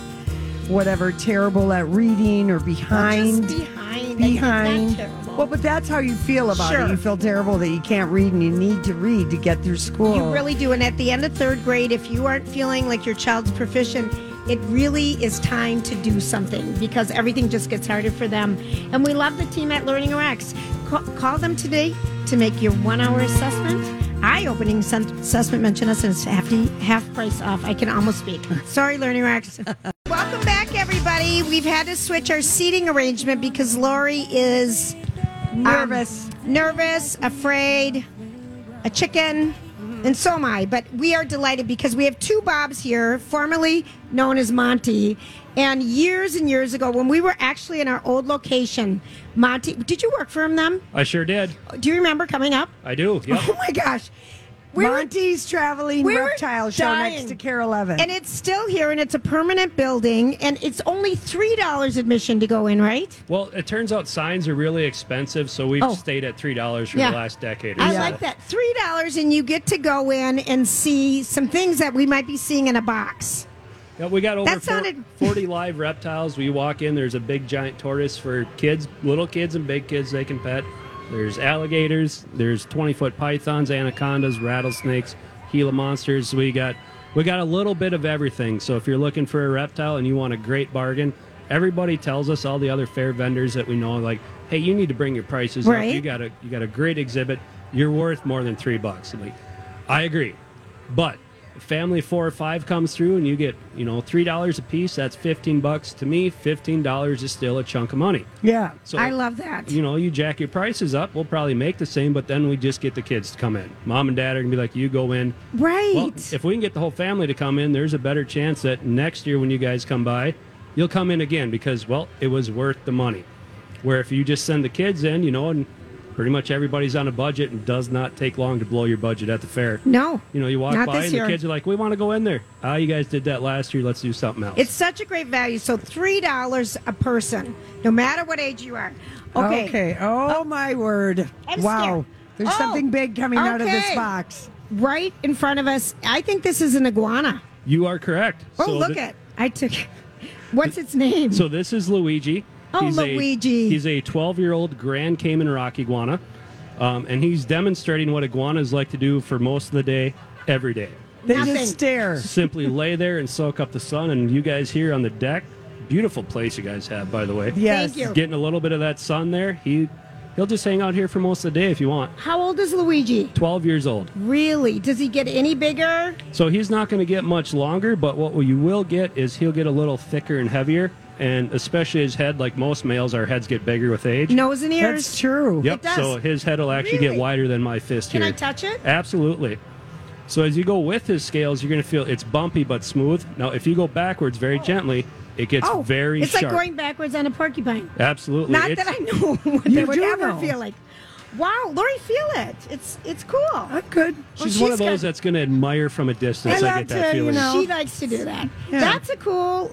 Speaker 5: whatever terrible at reading or behind.
Speaker 4: just behind. That's
Speaker 5: behind.
Speaker 4: not terrible.
Speaker 5: Well, but that's how you feel about
Speaker 4: Sure.
Speaker 5: it. You feel terrible that you can't read and you need to read to get through school.
Speaker 4: You really do. And at the end of third grade, if you aren't feeling like your child's proficient, it really is time to do something because everything just gets harder for them. And we love the team at Learning RX. Call, call them today to make your one hour assessment. Eye opening assessment mention us and it's half, half price off. I can almost speak. Sorry, Learning RX. Welcome back, everybody. We've had to switch our seating arrangement because Lori is um,
Speaker 5: Nervous.
Speaker 4: nervous, afraid, a chicken, and so am I. But we are delighted because we have two Bobs here, formerly known as Monty. And years and years ago, when we were actually in our old location, Monty, did you work for him then?
Speaker 12: I sure did.
Speaker 4: Do you remember coming up?
Speaker 12: I do. Yep.
Speaker 4: Oh my gosh. We were
Speaker 5: Monty's traveling
Speaker 4: we were
Speaker 5: reptile show next
Speaker 4: dying.
Speaker 5: to Care 11.
Speaker 4: and it's still here, and it's a permanent building, and it's only three dollars admission to go in, right?
Speaker 12: Well, it turns out signs are really expensive, so we've
Speaker 4: Oh.
Speaker 12: stayed at three dollars for
Speaker 4: Yeah.
Speaker 12: the last decade. Or
Speaker 4: I
Speaker 12: so.
Speaker 4: like that. Three dollars, and you get to go in and see some things that we might be seeing in a box.
Speaker 12: Yeah, we got over
Speaker 4: That sounded-
Speaker 12: four- 40 live reptiles. We walk in, there's a big giant tortoise for kids, little kids and big kids they can pet. There's alligators, there's 20 foot pythons, anacondas, rattlesnakes, Gila monsters. We got we got a little bit of everything. So if you're looking for a reptile and you want a great bargain, everybody tells us all the other fair vendors that we know like, "Hey, you need to bring your prices
Speaker 4: Right.
Speaker 12: up. You got a you got a great exhibit. You're worth more than 3 bucks." I'm like, I agree. But family four or five comes through and you get, you know, three dollars a piece, that's fifteen bucks. To me, fifteen dollars is still a chunk of money.
Speaker 5: yeah.
Speaker 12: So
Speaker 4: I love that.
Speaker 12: you know, you jack your prices up, we'll probably make the same, but then we just get the kids to come in. Mom and dad are gonna be like, You go in.
Speaker 4: Right.
Speaker 12: Well, if we can get the whole family to come in, there's a better chance that next year when you guys come by, you'll come in again because well, it was worth the money. Where if you just send the kids in, you know, and Pretty much everybody's on a budget and does not take long to blow your budget at the fair.
Speaker 4: No.
Speaker 12: You know, you walk
Speaker 4: Not
Speaker 12: by
Speaker 4: this
Speaker 12: and
Speaker 4: year.
Speaker 12: the kids are like, we want to go in there. Ah, you guys did that last year. Let's do something else.
Speaker 4: It's such a great value. So three dollars a person, no matter what age you are. Okay.
Speaker 5: Okay. Oh, my word.
Speaker 4: I'm
Speaker 5: wow.
Speaker 4: scared.
Speaker 5: There's
Speaker 4: Oh,
Speaker 5: something big coming out of this
Speaker 4: okay.
Speaker 5: box.
Speaker 4: Right in front of us. I think this is an iguana.
Speaker 12: you are correct.
Speaker 4: Oh,
Speaker 12: So
Speaker 4: look
Speaker 12: thi-
Speaker 4: at. I took. What's its name?
Speaker 12: So this is Luigi.
Speaker 4: Oh,
Speaker 12: he's
Speaker 4: Luigi.
Speaker 12: A, he's a 12 year old Grand Cayman rock iguana, um, and he's demonstrating what iguanas like to do for most of the day, every day.
Speaker 5: They
Speaker 4: Nothing.
Speaker 5: just stare.
Speaker 12: Simply lay there and soak up the sun. And you guys here on the deck, beautiful place you guys have, by the way.
Speaker 5: Yes.
Speaker 4: Thank you.
Speaker 12: Getting a little bit of that sun there. He, he'll just hang out here for most of the day if you want.
Speaker 4: How old is Luigi?
Speaker 12: 12 years old.
Speaker 4: Really? Does he get any bigger?
Speaker 12: So he's not going to get much longer, but what you will get is he'll get a little thicker and heavier, and especially his head, like most males, our heads get bigger with age.
Speaker 4: Nose and ears.
Speaker 5: That's true.
Speaker 12: Yep.
Speaker 4: It does.
Speaker 12: So his head will actually
Speaker 4: Really?
Speaker 12: get wider than my fist
Speaker 4: Can
Speaker 12: here.
Speaker 4: I touch it?
Speaker 12: Absolutely. So as you go with his scales, you're going to feel it's bumpy but smooth. Now, if you go backwards very
Speaker 5: Oh.
Speaker 12: gently, it gets
Speaker 4: oh,
Speaker 12: very
Speaker 4: It's
Speaker 12: sharp.
Speaker 4: like going backwards on a porcupine.
Speaker 12: Absolutely.
Speaker 4: Not
Speaker 12: It's-
Speaker 4: that I know what they
Speaker 5: You
Speaker 4: would
Speaker 5: do
Speaker 4: ever
Speaker 5: know.
Speaker 4: feel like. Wow, Lori, feel it. It's it's cool.
Speaker 5: I'm good.
Speaker 12: She's
Speaker 4: Well,
Speaker 12: one
Speaker 4: she's
Speaker 12: of those
Speaker 4: got-
Speaker 12: that's going to admire from a distance.
Speaker 5: I
Speaker 12: I,
Speaker 5: love
Speaker 12: get
Speaker 5: to,
Speaker 12: that
Speaker 5: you
Speaker 12: feeling.
Speaker 5: know.
Speaker 4: She likes to do that.
Speaker 5: Yeah.
Speaker 4: That's a cool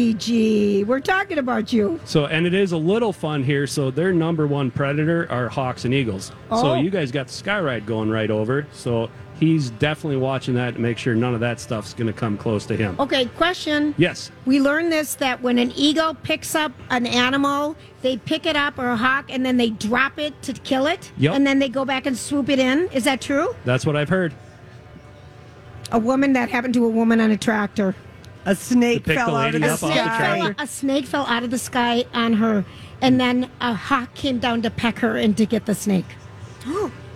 Speaker 4: Luigi. We're talking about you.
Speaker 12: So, and it is a little fun here. So, their number one predator are hawks and eagles.
Speaker 4: Oh.
Speaker 12: So, you guys got the sky ride going right over. So, he's definitely watching that to make sure none of that stuff's going to come close to him.
Speaker 4: Okay, question.
Speaker 12: Yes.
Speaker 4: We learned this that when an eagle picks up an animal, they pick it up or a hawk and then they drop it to kill it.
Speaker 12: Yep.
Speaker 4: And then they go back and swoop it in. Is that true?
Speaker 12: That's what I've heard.
Speaker 4: A woman that happened to a woman on a tractor.
Speaker 5: A snake
Speaker 12: To pick
Speaker 5: fell
Speaker 12: the
Speaker 5: out of
Speaker 12: lady
Speaker 5: the
Speaker 12: up off
Speaker 4: snake
Speaker 12: the
Speaker 5: sky.
Speaker 4: fell, a snake fell out of the sky on her, and then a hawk came down to peck her and to get the snake.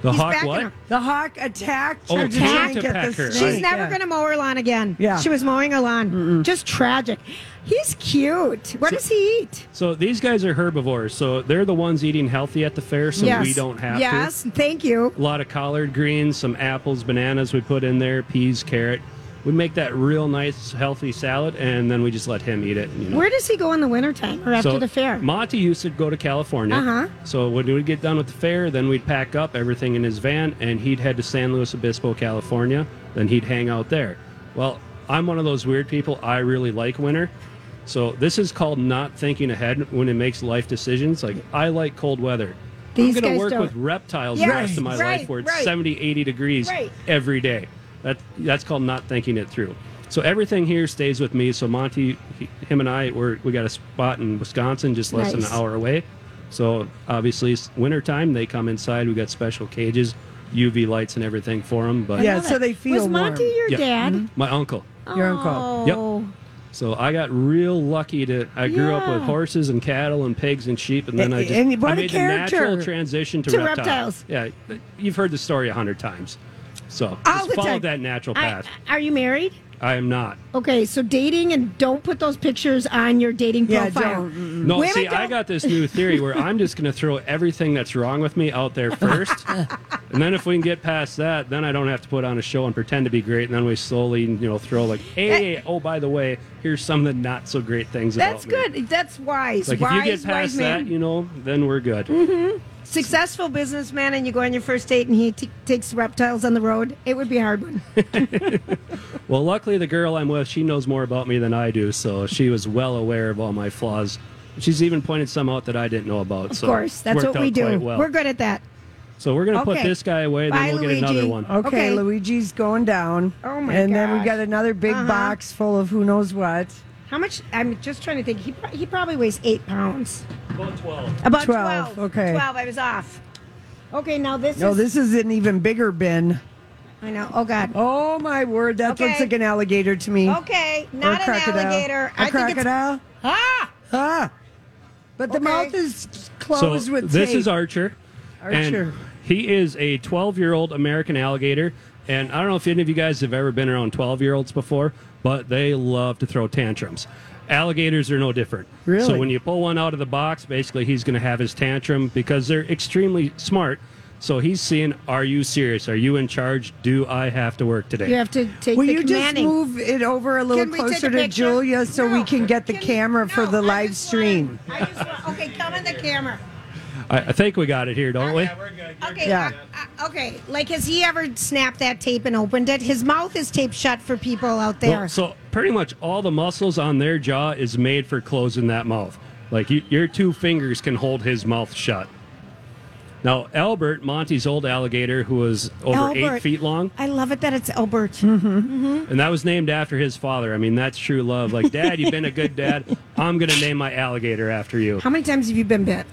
Speaker 12: The
Speaker 4: He's
Speaker 12: hawk,
Speaker 4: backing
Speaker 12: what?
Speaker 4: up.
Speaker 5: The hawk attacked
Speaker 12: Oh,
Speaker 5: her to try
Speaker 12: attacked
Speaker 5: and get the
Speaker 12: her.
Speaker 5: snake.
Speaker 12: She's
Speaker 4: She's
Speaker 12: Right.
Speaker 4: never
Speaker 5: Yeah.
Speaker 4: going to mow her lawn again.
Speaker 5: Yeah.
Speaker 4: She was mowing her lawn. Just tragic. He's cute. What does he eat?
Speaker 12: So, these guys are herbivores. So, they're the ones eating healthy at the fair. So, we don't have to.
Speaker 4: yes. Thank you.
Speaker 12: A lot of collard greens, some apples, bananas we put in there, peas, carrot. We make that real nice, healthy salad, and then we just let him eat it. You know.
Speaker 4: Where does he go in the wintertime or after
Speaker 12: So,
Speaker 4: the fair?
Speaker 12: Monty used to go to California.
Speaker 4: Uh-huh.
Speaker 12: So when we'd get done with the fair, then we'd pack up everything in his van and he'd head to San Luis Obispo, California. Then he'd hang out there. Well, I'm one of those weird people. I really like winter. So this is called not thinking ahead when it makes life decisions. Like I like cold weather.
Speaker 4: These
Speaker 12: I'm going
Speaker 4: guys
Speaker 12: to work
Speaker 4: don't.
Speaker 12: with reptiles the
Speaker 4: Yeah,
Speaker 12: rest of my
Speaker 4: right,
Speaker 12: life where it's
Speaker 4: right.
Speaker 12: 70, 80 degrees
Speaker 4: Right.
Speaker 12: every day. That that's called not thinking it through. So everything here stays with me. So Monty, he, him and I, we're, we got a spot in Wisconsin, just less than an
Speaker 4: Nice.
Speaker 12: hour away. So obviously, it's wintertime, they come inside. We got special cages, UV lights, and everything for them. But
Speaker 5: Yeah, so they feel
Speaker 4: Was Monty
Speaker 5: warm.
Speaker 4: your
Speaker 12: Yeah. Mm-hmm.
Speaker 4: dad?
Speaker 12: my uncle.
Speaker 5: Your uncle.
Speaker 12: Yep.
Speaker 4: Oh.
Speaker 12: So I got real lucky to. I grew up with
Speaker 4: Yeah.
Speaker 12: horses and cattle and pigs and sheep, and then I just
Speaker 5: And what
Speaker 12: I
Speaker 5: a
Speaker 12: made the natural
Speaker 5: character.
Speaker 12: transition to,
Speaker 4: To reptiles.
Speaker 12: reptiles. Yeah, you've heard the story a hundred times. So
Speaker 4: All
Speaker 12: just
Speaker 4: the time.
Speaker 12: followed that natural
Speaker 4: I-
Speaker 12: path.
Speaker 4: are you married?
Speaker 12: I am not.
Speaker 4: Okay, so dating and don't put those pictures on your dating
Speaker 5: Yeah,
Speaker 4: profile.
Speaker 5: don't.
Speaker 12: No,
Speaker 4: Women
Speaker 12: see, I
Speaker 4: don't-
Speaker 12: got this new theory where I'm just going to throw everything that's wrong with me out there first. and then if we can get past that, then I don't have to put on a show and pretend to be great. And then we slowly, you know, throw like, hey, oh, by the way, here's some of the not so great things
Speaker 4: That's
Speaker 12: about me.
Speaker 4: good. That's wise.
Speaker 12: Like,
Speaker 4: wise,
Speaker 12: if you get
Speaker 4: wise
Speaker 12: past
Speaker 4: man.
Speaker 12: that, you know, then we're good.
Speaker 4: Successful businessman, and you go on your first date, and he t- takes reptiles on the road. It would be a hard one.
Speaker 12: Well, luckily, the girl I'm with, she knows more about me than I do. So she was well aware of all my flaws. She's even pointed some out that I didn't know about.
Speaker 4: Of
Speaker 12: so
Speaker 4: course, that's
Speaker 12: uh,
Speaker 4: what
Speaker 12: worked out
Speaker 4: we do.
Speaker 12: quite well.
Speaker 4: We're good at that.
Speaker 12: So we're going to put
Speaker 4: Okay.
Speaker 12: this guy away, then
Speaker 4: Bye,
Speaker 12: we'll get another
Speaker 4: Luigi.
Speaker 12: one.
Speaker 5: Okay,
Speaker 4: Okay.
Speaker 5: Luigi's going down.
Speaker 4: Oh, my
Speaker 5: And then we
Speaker 4: gosh.
Speaker 5: got another big
Speaker 4: Uh-huh.
Speaker 5: box full of who knows what.
Speaker 4: How much? I'm just trying to think. He pro- he probably weighs eight pounds.
Speaker 12: About 12.
Speaker 4: About 12.
Speaker 5: Twelve, okay.
Speaker 4: Twelve. I was off. Okay, now this
Speaker 5: No,
Speaker 4: is.
Speaker 5: this is an even bigger bin.
Speaker 4: I know. Oh God.
Speaker 5: Oh my word, that
Speaker 4: Okay.
Speaker 5: looks like an alligator to me.
Speaker 4: Okay,
Speaker 5: Or a
Speaker 4: not an
Speaker 5: crocodile.
Speaker 4: alligator.
Speaker 5: A
Speaker 4: I think it's
Speaker 5: crocodile?
Speaker 4: ah.
Speaker 5: Ah. But the
Speaker 4: Okay.
Speaker 5: mouth is
Speaker 12: So
Speaker 5: closed with
Speaker 12: this
Speaker 5: tape.
Speaker 12: is Archer.
Speaker 5: Archer.
Speaker 12: And he is a 12 year old American alligator. And I don't know if any of you guys have ever been around 12 year olds before, but they love to throw tantrums. Alligators are no different.
Speaker 5: Really?
Speaker 12: So when you pull one out of the box, basically he's going to have his tantrum because they're extremely smart. So he's seeing, are you serious? Are you in charge? Do I have to work today?
Speaker 4: You have to take
Speaker 5: Will
Speaker 4: the
Speaker 5: you just
Speaker 4: commanding.
Speaker 5: move it over a little
Speaker 4: Can we take
Speaker 5: closer
Speaker 4: a
Speaker 5: to
Speaker 4: picture?
Speaker 5: Julia so
Speaker 4: No.
Speaker 5: we can get the
Speaker 4: Can-
Speaker 5: camera for
Speaker 4: no,
Speaker 5: the
Speaker 4: I
Speaker 5: live
Speaker 4: just
Speaker 5: stream?
Speaker 4: want- I just want, okay, come in the camera.
Speaker 12: I, I think we got it here, don't we?
Speaker 4: Okay, uh, uh, okay. Like, has he ever snapped that tape and opened it? His mouth is taped shut for people out there.
Speaker 12: Well, so pretty much all the muscles on their jaw is made for closing that mouth. Like you, your two fingers can hold his mouth shut. Now Albert, Monty's old alligator, who was over
Speaker 4: Albert.
Speaker 12: eight feet long,
Speaker 4: I love it that it's Albert. Mm-hmm.
Speaker 12: and that was named after his father. I mean, that's true love. Like, Dad, you've been a good dad. I'm gonna name my alligator after you.
Speaker 4: How many times have you been bit?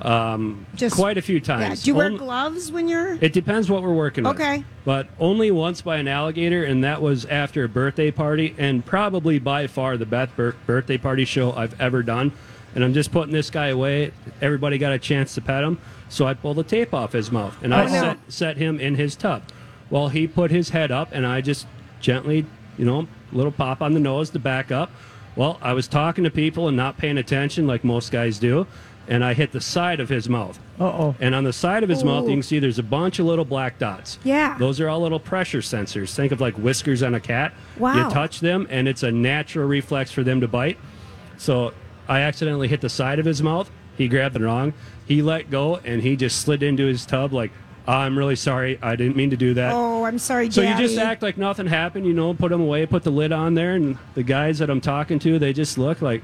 Speaker 12: Um,
Speaker 4: Just-
Speaker 12: quite a few times.
Speaker 4: Yeah. Do you wear
Speaker 12: Only-
Speaker 4: gloves when you're?
Speaker 12: It depends what we're working with.
Speaker 4: Okay.
Speaker 12: But only once by an alligator, and that was after a birthday party, and probably by far the best bir- birthday party show I've ever done. And I'm just putting this guy away. Everybody got a chance to pet him, so I pulled the tape off his mouth, and I
Speaker 11: Oh, no.
Speaker 12: set, set him in his tub. Well, he put his head up, and I just gently, you know, little pop on the nose to back up. Well, I was talking to people and not paying attention like most guys do, and I hit the side of his mouth. Uh oh. And on the side of his mouth, you
Speaker 4: Ooh.
Speaker 12: can see there's a bunch of little black dots.
Speaker 4: Yeah.
Speaker 12: Those are all little pressure sensors. Think of like whiskers on a cat.
Speaker 4: Wow.
Speaker 12: You touch them, and it's a natural reflex for them to bite. So I accidentally hit the side of his mouth. He grabbed it wrong. He let go, and he just slid into his tub like, "Ah, I'm really sorry. I didn't mean to do that.
Speaker 4: Oh, I'm sorry,
Speaker 12: So you just
Speaker 4: Daddy.
Speaker 12: act like nothing happened, you know, put them away, put the lid on there, and the guys that I'm talking to, they just look like,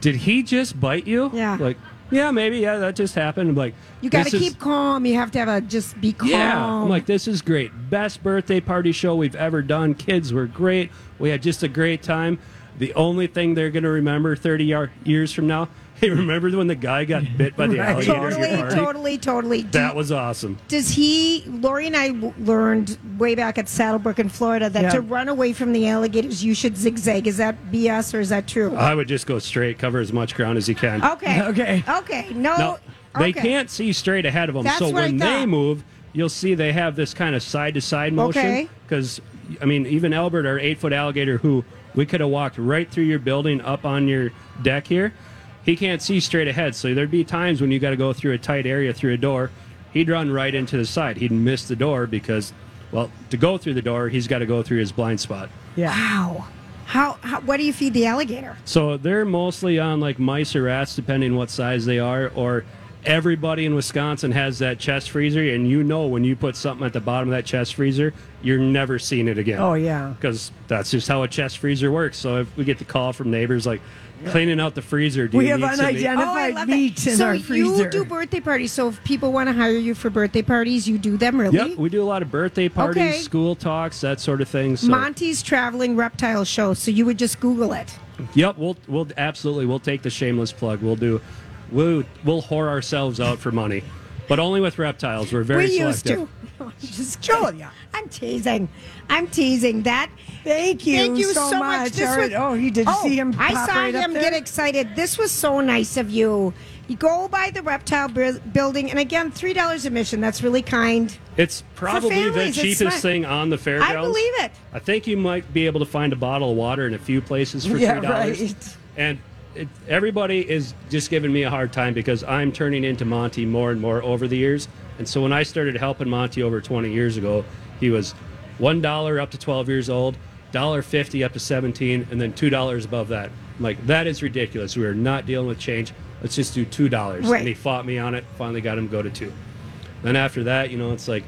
Speaker 12: did he just bite you? Yeah. Like, yeah, maybe, yeah, that just happened. I'm like,
Speaker 4: You got to
Speaker 12: "This is-
Speaker 4: keep calm. You have to have a just be calm.
Speaker 12: yeah. I'm like, this is great. Best birthday party show we've ever done. Kids were great. We had just a great time. The only thing they're going to remember 30 yar- years from now, hey, remember when the guy got bit by the
Speaker 4: Right.
Speaker 12: alligator at your
Speaker 4: totally,
Speaker 12: party?
Speaker 4: totally, totally. Do-
Speaker 12: That was awesome.
Speaker 4: does he? Lori and I w- learned way back at Saddlebrook in Florida that
Speaker 12: Yeah.
Speaker 4: to run away from the alligators, you should zigzag. Is that BS or is that true?
Speaker 12: I would just go straight, cover as much ground as you can.
Speaker 4: okay. Okay. Okay. No.
Speaker 12: Now, they
Speaker 4: Oh, okay.
Speaker 12: can't see straight ahead of them.
Speaker 4: That's
Speaker 12: so
Speaker 4: what I
Speaker 12: when they
Speaker 4: thought.
Speaker 12: move, you'll see they have this kind of side to side
Speaker 4: Okay.
Speaker 12: motion. Because, I mean, even Albert, our eight foot alligator, who we could have walked right through your building up on your deck here, he can't see straight ahead. So there'd be times when you got to go through a tight area through a door. He'd run right into the side. He'd miss the door because, well, to go through the door, he's got to go through his blind spot.
Speaker 4: Yeah. Wow. How, how? What do you feed the alligator?
Speaker 12: So they're mostly on like mice or rats, depending what size they are, or everybody in Wisconsin has that chest freezer, and you know when you put something at the bottom of that chest freezer, you're never seeing it again.
Speaker 5: Oh, yeah.
Speaker 12: Because that's just how a chest freezer works. So if we get the call from neighbors like cleaning out the freezer, do
Speaker 5: We
Speaker 12: you
Speaker 5: have
Speaker 12: need some meat?"
Speaker 5: unidentified
Speaker 4: Oh, I love
Speaker 5: meat
Speaker 4: that.
Speaker 5: in
Speaker 4: so
Speaker 5: our freezer.
Speaker 4: you do birthday parties. So if people want to hire you for birthday parties, you do them really.
Speaker 12: Yep, we do a lot of birthday parties,
Speaker 4: Okay.
Speaker 12: school talks, that sort of thing. So,
Speaker 4: Monty's traveling reptile show. So you would just Google it.
Speaker 12: yep, we'll we'll absolutely we'll take the shameless plug. We'll do, we'll we'll whore ourselves out for money, but only with reptiles. We're very
Speaker 4: we used
Speaker 12: selective.
Speaker 4: to. I'm Just Julia. I'm teasing. I'm teasing. That. Thank
Speaker 5: you
Speaker 4: Thank you
Speaker 5: so
Speaker 4: so,
Speaker 5: much.
Speaker 4: This
Speaker 5: All
Speaker 4: was-
Speaker 5: right. Oh, he- did you see him
Speaker 4: I
Speaker 5: pop
Speaker 4: saw
Speaker 5: right up
Speaker 4: him
Speaker 5: there?
Speaker 4: get excited. This was so nice of you. You go by the reptile bu- building, and again, three dollars admission. That's really kind.
Speaker 12: It's probably
Speaker 4: families,
Speaker 12: the
Speaker 4: it's
Speaker 12: cheapest
Speaker 4: smart.
Speaker 12: thing on the fairgrounds.
Speaker 4: I believe it.
Speaker 12: I think you might be able to find a bottle of water in a few places for
Speaker 4: Yeah,
Speaker 12: three dollars.
Speaker 4: right.
Speaker 12: And it, everybody is just giving me a hard time because I'm turning into Monty more and more over the years. And so when I started helping Monty over 20 years ago, he was one dollar up to 12 years old, dollar 50 up to 17, and then two dollars above that. I'm like that is ridiculous. We are not dealing with change. Let's just do two dollars.
Speaker 11: Right.
Speaker 12: And he fought me on it. Finally got him to go to two. Then after that, you know, it's like,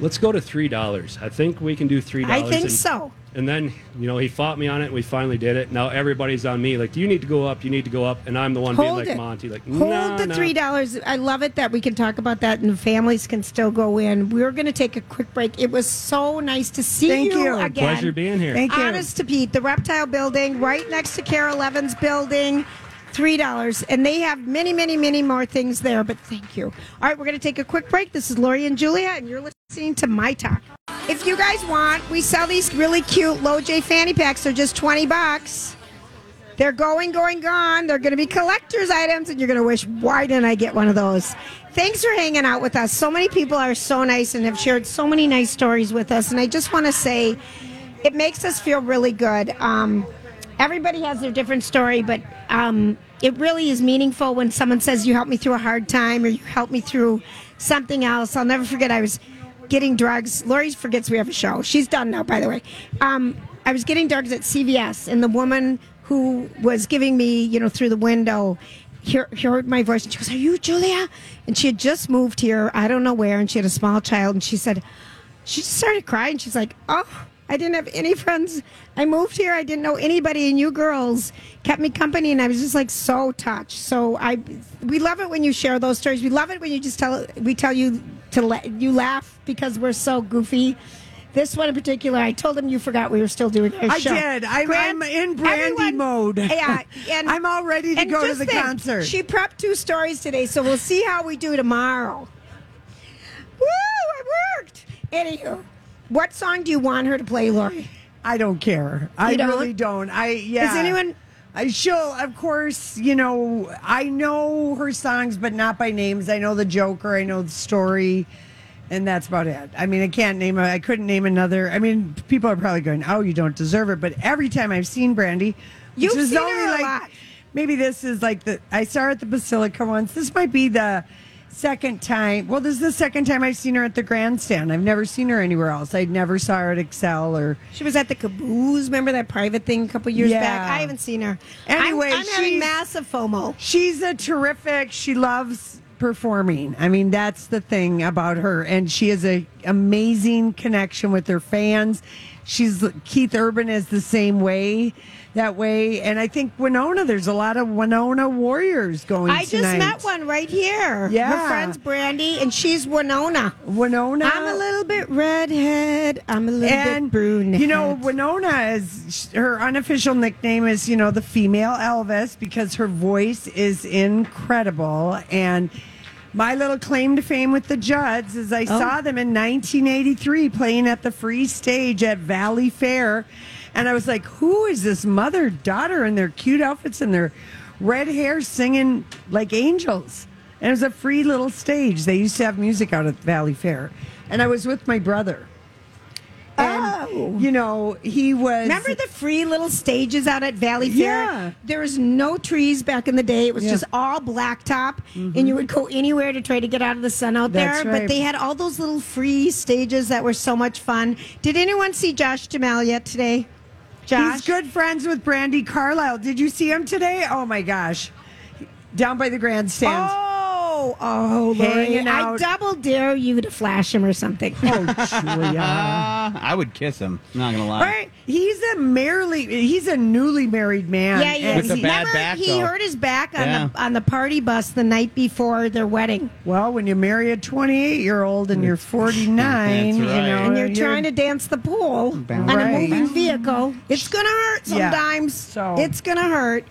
Speaker 12: let's go to three dollars. I think we can do three
Speaker 4: I
Speaker 12: dollars.
Speaker 4: think so.
Speaker 12: And then, you know, he fought me on it. and We finally did it. Now everybody's on me. Like, you need to go up. You need to go up. And I'm the one being
Speaker 4: Hold
Speaker 12: like
Speaker 4: it.
Speaker 12: Monty. Like,
Speaker 4: Hold
Speaker 12: "Nah,
Speaker 4: the
Speaker 12: nah."
Speaker 4: three dollars. I love it that we can talk about that, and families can still go in. We're going to take a quick break. It was so nice to see
Speaker 12: Thank you.
Speaker 4: again.
Speaker 12: Pleasure being here. Thank you.
Speaker 4: Honest to Pete, the Reptile Building, right next to Carol Evans Building. Three dollars, and they have many, many, many more things there. But thank you. All right, we're going to take a quick break. This is Lori and Julia, and you're listening to My Talk. If you guys want, we sell these really cute low J fanny packs. They're just twenty bucks. They're going, going, gone. They're going to be collector's items, and you're going to wish, why didn't I get one of those? Thanks for hanging out with us. So many people are so nice and have shared so many nice stories with us. And I just want to say, it makes us feel really good. Um, everybody has their different story, but um, it really is meaningful when someone says, You helped me through a hard time, or you helped me through something else. I'll never forget, I was getting drugs. Lori forgets we have a show. She's done now, by the way. Um, I was getting drugs at CVS, and the woman who was giving me, you know, through the window, hear, heard my voice. And she goes, Are you Julia? And she had just moved here, I don't know where, and she had a small child. And she said, She just started crying. She's like, Oh, I didn't have any friends. I moved here. I didn't know anybody, and you girls kept me company. And I was just like so touched. So I, we love it when you share those stories. We love it when you just tell we tell you to let you laugh because we're so goofy. This one in particular, I told him you forgot we were still doing our
Speaker 5: I
Speaker 4: show.
Speaker 5: did. I'm- I'm in brandy mode.
Speaker 4: Yeah, and
Speaker 5: I'm all ready to
Speaker 4: and
Speaker 5: go to
Speaker 4: just
Speaker 5: the
Speaker 4: think,
Speaker 5: concert.
Speaker 4: She prepped two stories today, so we'll see how we do tomorrow. Woo! It worked. Anywho, what song do you want her to play, Lori?
Speaker 5: I don't care. I
Speaker 4: You don't?
Speaker 5: really don't. I yeah.
Speaker 4: Is anyone-
Speaker 5: I she'll of course you know I know her songs but not by names. I know the Joker. I know the story, and that's about it. I mean I can't name. A, I couldn't name another. I mean people are probably going, oh you don't deserve it. But every time I've seen Brandy, which
Speaker 4: You've
Speaker 5: is
Speaker 4: seen her
Speaker 5: only
Speaker 4: a
Speaker 5: like
Speaker 4: lot.
Speaker 5: maybe this is like the I saw her at the Basilica once. This might be the second time. Well, this is the second time I've seen her at the grandstand. I've never seen her anywhere else. I never saw her at Excel or
Speaker 4: She was at the Caboose. Remember that private thing a couple years
Speaker 5: Yeah.
Speaker 4: back? I haven't seen her. I'm-
Speaker 5: Anyway,
Speaker 4: I'm, having
Speaker 5: she's-
Speaker 4: massive FOMO.
Speaker 5: she's a terrific. She loves performing. I mean, that's the thing about her, and she has a amazing connection with her fans. She's Keith Urban is the same way, that way, and I think Winona. There's a lot of Winona warriors going.
Speaker 4: I just
Speaker 5: tonight.
Speaker 4: met one right here.
Speaker 5: Yeah.
Speaker 4: Her friend's Brandy, and she's Winona.
Speaker 5: Winona.
Speaker 4: I'm a little bit redhead. I'm a little
Speaker 5: and
Speaker 4: bit brunette.
Speaker 5: You know, Winona is her unofficial nickname is you know the female Elvis because her voice is incredible. And my little claim to fame with the Judds is I
Speaker 4: Oh.
Speaker 5: saw them in 1983 playing at the Free Stage at Valley Fair, and I was like, who is this mother daughter in their cute outfits and their red hair singing like angels? And it was a free little stage. They used to have music out at Valley Fair. And I was with my brother. And, you know, he was.
Speaker 4: Oh. Remember the free little stages out at Valley Fair?
Speaker 5: Yeah.
Speaker 4: There was no trees back in the day. It was
Speaker 5: Yeah. Mm-hmm.
Speaker 4: just all blacktop, and you would go anywhere to try to get out of the sun out
Speaker 5: That's
Speaker 4: there. But
Speaker 5: right.
Speaker 4: they had all those little free stages that were so much fun. Did anyone see Josh Jamal yet today? Josh?
Speaker 5: He's good friends with Brandy Carlisle. Did you see him today? Oh my gosh. Down by the grandstand.
Speaker 4: Oh, oh, Lori.
Speaker 5: Hanging
Speaker 4: I
Speaker 5: out. Oh,
Speaker 4: double dare you to flash him or something.
Speaker 1: Ah, I would kiss him. Not gonna lie.
Speaker 5: All right. He's a merely he's a newly married man.
Speaker 4: Yeah, yeah.
Speaker 5: And
Speaker 1: With a
Speaker 5: he-
Speaker 1: bad
Speaker 4: Remember,
Speaker 1: back,
Speaker 4: he
Speaker 1: though.
Speaker 4: hurt his back on
Speaker 1: Yeah.
Speaker 4: the on the party bus the night before their wedding,
Speaker 5: well, when you marry a 28 year old and you're 49, you
Speaker 1: That's right.
Speaker 5: know,
Speaker 4: and you're trying to dance the pool on
Speaker 5: Right.
Speaker 4: a moving vehicle. It's gonna hurt
Speaker 5: Yeah.
Speaker 4: sometimes.
Speaker 5: So-
Speaker 4: It's gonna hurt.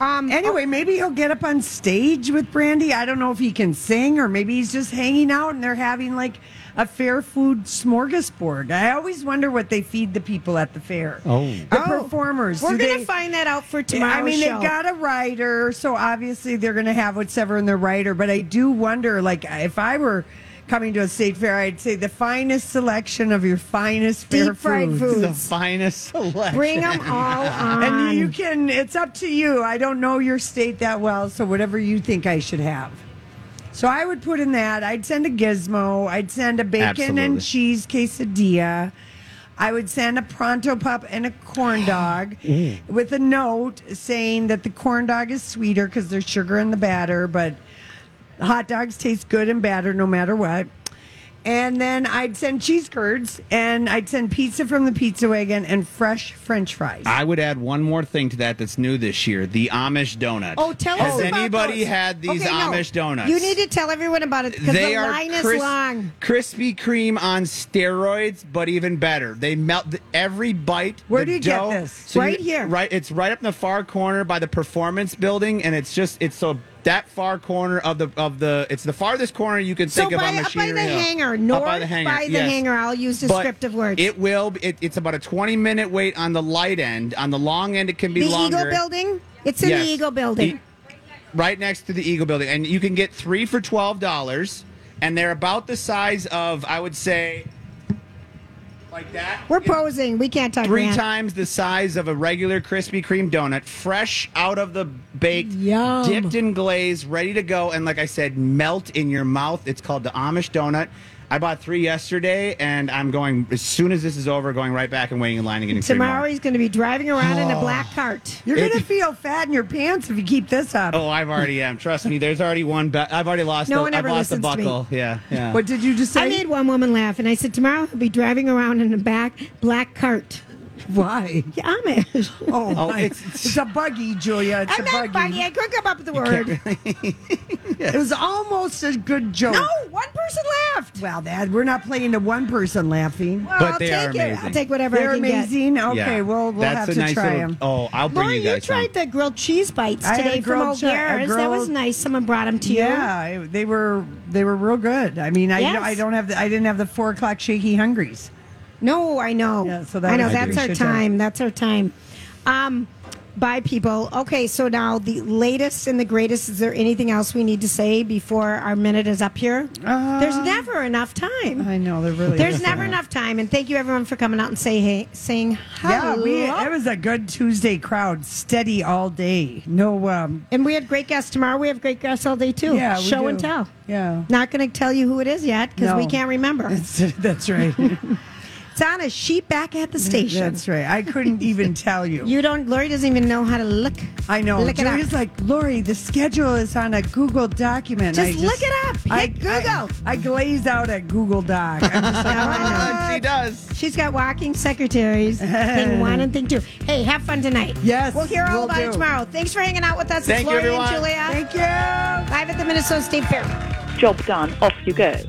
Speaker 4: Um,
Speaker 5: Anyway, maybe he'll get up on stage with Brandy. I don't know if he can sing or maybe he's just hanging out and they're having like a fair food smorgasbord. I always wonder what they feed the people at the fair.
Speaker 1: Oh.
Speaker 5: The
Speaker 4: Oh.
Speaker 5: performers.
Speaker 4: we're
Speaker 5: do
Speaker 4: gonna
Speaker 5: they-
Speaker 4: find that out for tomorrow.
Speaker 5: I mean, they've got a writer, so obviously they're going to have whatever in their writer. But I do wonder, like, if I were coming to a state fair, I'd say the finest selection of your finest fair
Speaker 4: Deep fried
Speaker 5: foods.
Speaker 4: food.
Speaker 1: The finest selection.
Speaker 4: bring them all on.
Speaker 5: And you can, it's up to you. I don't know your state that well, so whatever you think I should have. So I would put in that. I'd send a gizmo. I'd send a bacon
Speaker 1: Absolutely.
Speaker 5: and cheese quesadilla. I would send a pronto pup and a corn dog with a note saying that the corn dog is sweeter because there's sugar in the batter, but hot dogs taste good and batter no matter what. And then I'd send cheese curds and I'd send pizza from the pizza wagon and fresh french fries.
Speaker 1: I would add one more thing to that that's new this year: the Amish donut.
Speaker 4: Oh, tell
Speaker 1: Has
Speaker 4: us about
Speaker 1: anybody
Speaker 4: those.
Speaker 1: had these
Speaker 4: Okay, no.
Speaker 1: Amish donuts?
Speaker 4: You need to tell everyone about it because
Speaker 1: They
Speaker 4: the
Speaker 1: are
Speaker 4: line is
Speaker 1: cris-
Speaker 4: long.
Speaker 1: Krispy Kreme on steroids, but even better. They melt the, every bite. the
Speaker 5: Where do you get
Speaker 1: dough-
Speaker 5: this?
Speaker 4: Right here.
Speaker 1: Right, it's right up in the far corner by the performance building, and it's just it's so that far corner of the of the it's the farthest corner you can
Speaker 4: So
Speaker 1: think
Speaker 4: by,
Speaker 1: of on
Speaker 4: up by
Speaker 1: Machinery
Speaker 4: the
Speaker 1: Hill.
Speaker 4: hangar,
Speaker 1: Up
Speaker 4: north
Speaker 1: by the hangar. yes.
Speaker 4: hangar, I'll use
Speaker 1: But
Speaker 4: descriptive words.
Speaker 1: It will. It, it's about a twenty minute wait on the light end. On the long end, it can be
Speaker 4: the
Speaker 1: longer.
Speaker 4: Eagle Building. It's in
Speaker 1: Yes.
Speaker 4: the Eagle Building.
Speaker 1: E- right next to the Eagle Building, and you can get three for twelve dollars, and they're about the size of I would say, like that.
Speaker 4: We're posing. We can't talk.
Speaker 1: Three
Speaker 4: Grant.
Speaker 1: times the size of a regular Krispy Kreme donut, fresh out of the baked,
Speaker 4: Yum.
Speaker 1: dipped in glaze, ready to go. And like I said, melt in your mouth. It's called the Amish donut. I bought three yesterday, and I'm going as soon as this is over, going right back and waiting in line and getting three
Speaker 4: Tomorrow
Speaker 1: more.
Speaker 4: he's going to be driving around in a
Speaker 1: Oh.
Speaker 4: black cart.
Speaker 5: You're
Speaker 1: It-
Speaker 5: going to feel fat in your pants if you keep this up.
Speaker 1: Oh, I've already am. Trust me, there's already one. Be- I've already lost.
Speaker 4: No
Speaker 1: the,
Speaker 4: one ever
Speaker 1: I've lost the
Speaker 4: listens to me.
Speaker 1: buckle. Yeah, yeah.
Speaker 5: What did you just say?
Speaker 4: I made one woman laugh, and I said, "Tomorrow he'll be driving around in a back black cart."
Speaker 5: Why?
Speaker 4: Yeah, Amish.
Speaker 5: Oh,
Speaker 1: Oh,
Speaker 5: my.
Speaker 1: it's-
Speaker 5: It's, a buggy, Julia. It's
Speaker 4: I'm
Speaker 5: a
Speaker 4: not
Speaker 5: buggy.
Speaker 4: funny. I could come up with the
Speaker 1: can't
Speaker 4: word.
Speaker 5: It was almost a good joke.
Speaker 4: No, one person laughed.
Speaker 5: Well, Dad, we're not playing to one person laughing.
Speaker 4: Well,
Speaker 1: But
Speaker 4: I'll
Speaker 1: they
Speaker 4: take
Speaker 1: are
Speaker 4: it. I'll
Speaker 1: amazing.
Speaker 4: take whatever
Speaker 5: They're
Speaker 4: I can get.
Speaker 5: amazing.
Speaker 1: Yeah.
Speaker 5: Okay, well, we'll
Speaker 1: That's
Speaker 5: have
Speaker 1: a
Speaker 5: to
Speaker 1: nice
Speaker 5: try
Speaker 1: little,
Speaker 5: them.
Speaker 1: Oh, I'll bring
Speaker 4: Laura,
Speaker 1: you
Speaker 4: you,
Speaker 1: guys. some.
Speaker 4: tried the grilled cheese bites
Speaker 5: I had
Speaker 4: today from
Speaker 5: a grilled che- a
Speaker 4: O'Garrett's. That was
Speaker 5: grilled-
Speaker 4: nice. Someone brought them to you.
Speaker 5: Yeah, it- they were they were real good. I mean, I
Speaker 4: Yes.
Speaker 5: I don't have the, I didn't have the four o'clock shaky hungries.
Speaker 4: No, I know.
Speaker 5: Yeah, so that
Speaker 4: I know
Speaker 5: was-
Speaker 4: that's
Speaker 5: I
Speaker 4: our
Speaker 5: do.
Speaker 4: time. That's our time. Um, bye, people. Okay, so now the latest and the greatest. Is there anything else we need to say before our minute is up here? There's never enough time.
Speaker 5: Uh-huh. I know they're really.
Speaker 4: There's never enough time. And thank you everyone for coming out and say hey, saying
Speaker 5: Yeah,
Speaker 4: hello.
Speaker 5: we, it was a good Tuesday crowd, steady all day. No, um,
Speaker 4: and we had great guests tomorrow. We have great guests all day too.
Speaker 5: yeah, we
Speaker 4: show and
Speaker 5: do.
Speaker 4: tell.
Speaker 5: Yeah,
Speaker 4: Not going to tell you who it is yet because
Speaker 5: No.
Speaker 4: we can't remember.
Speaker 5: that's, that's right.
Speaker 4: It's on a sheet back at the station.
Speaker 5: that's right. I couldn't even tell you.
Speaker 4: You don't. Lori doesn't even know how to look.
Speaker 5: I know.
Speaker 4: Look it
Speaker 5: Julia's
Speaker 4: up.
Speaker 5: like, Lori, the schedule is on a Google document.
Speaker 4: Just
Speaker 5: I
Speaker 4: look it up. Hit
Speaker 5: I,
Speaker 4: Google.
Speaker 5: I, I glaze out at Google Doc. I'm just like,
Speaker 1: Ah, she does.
Speaker 4: She's got walking secretaries. thing one and thing two. Hey, have fun tonight.
Speaker 5: Yes,
Speaker 4: We'll hear all
Speaker 5: will
Speaker 4: about it
Speaker 5: do.
Speaker 4: tomorrow. Thanks for hanging out with us.
Speaker 1: Thank you,
Speaker 4: it's Lori
Speaker 1: everyone.
Speaker 4: and Julia.
Speaker 5: Thank you.
Speaker 4: Live at the Minnesota State Fair.
Speaker 11: Job done. Off you go.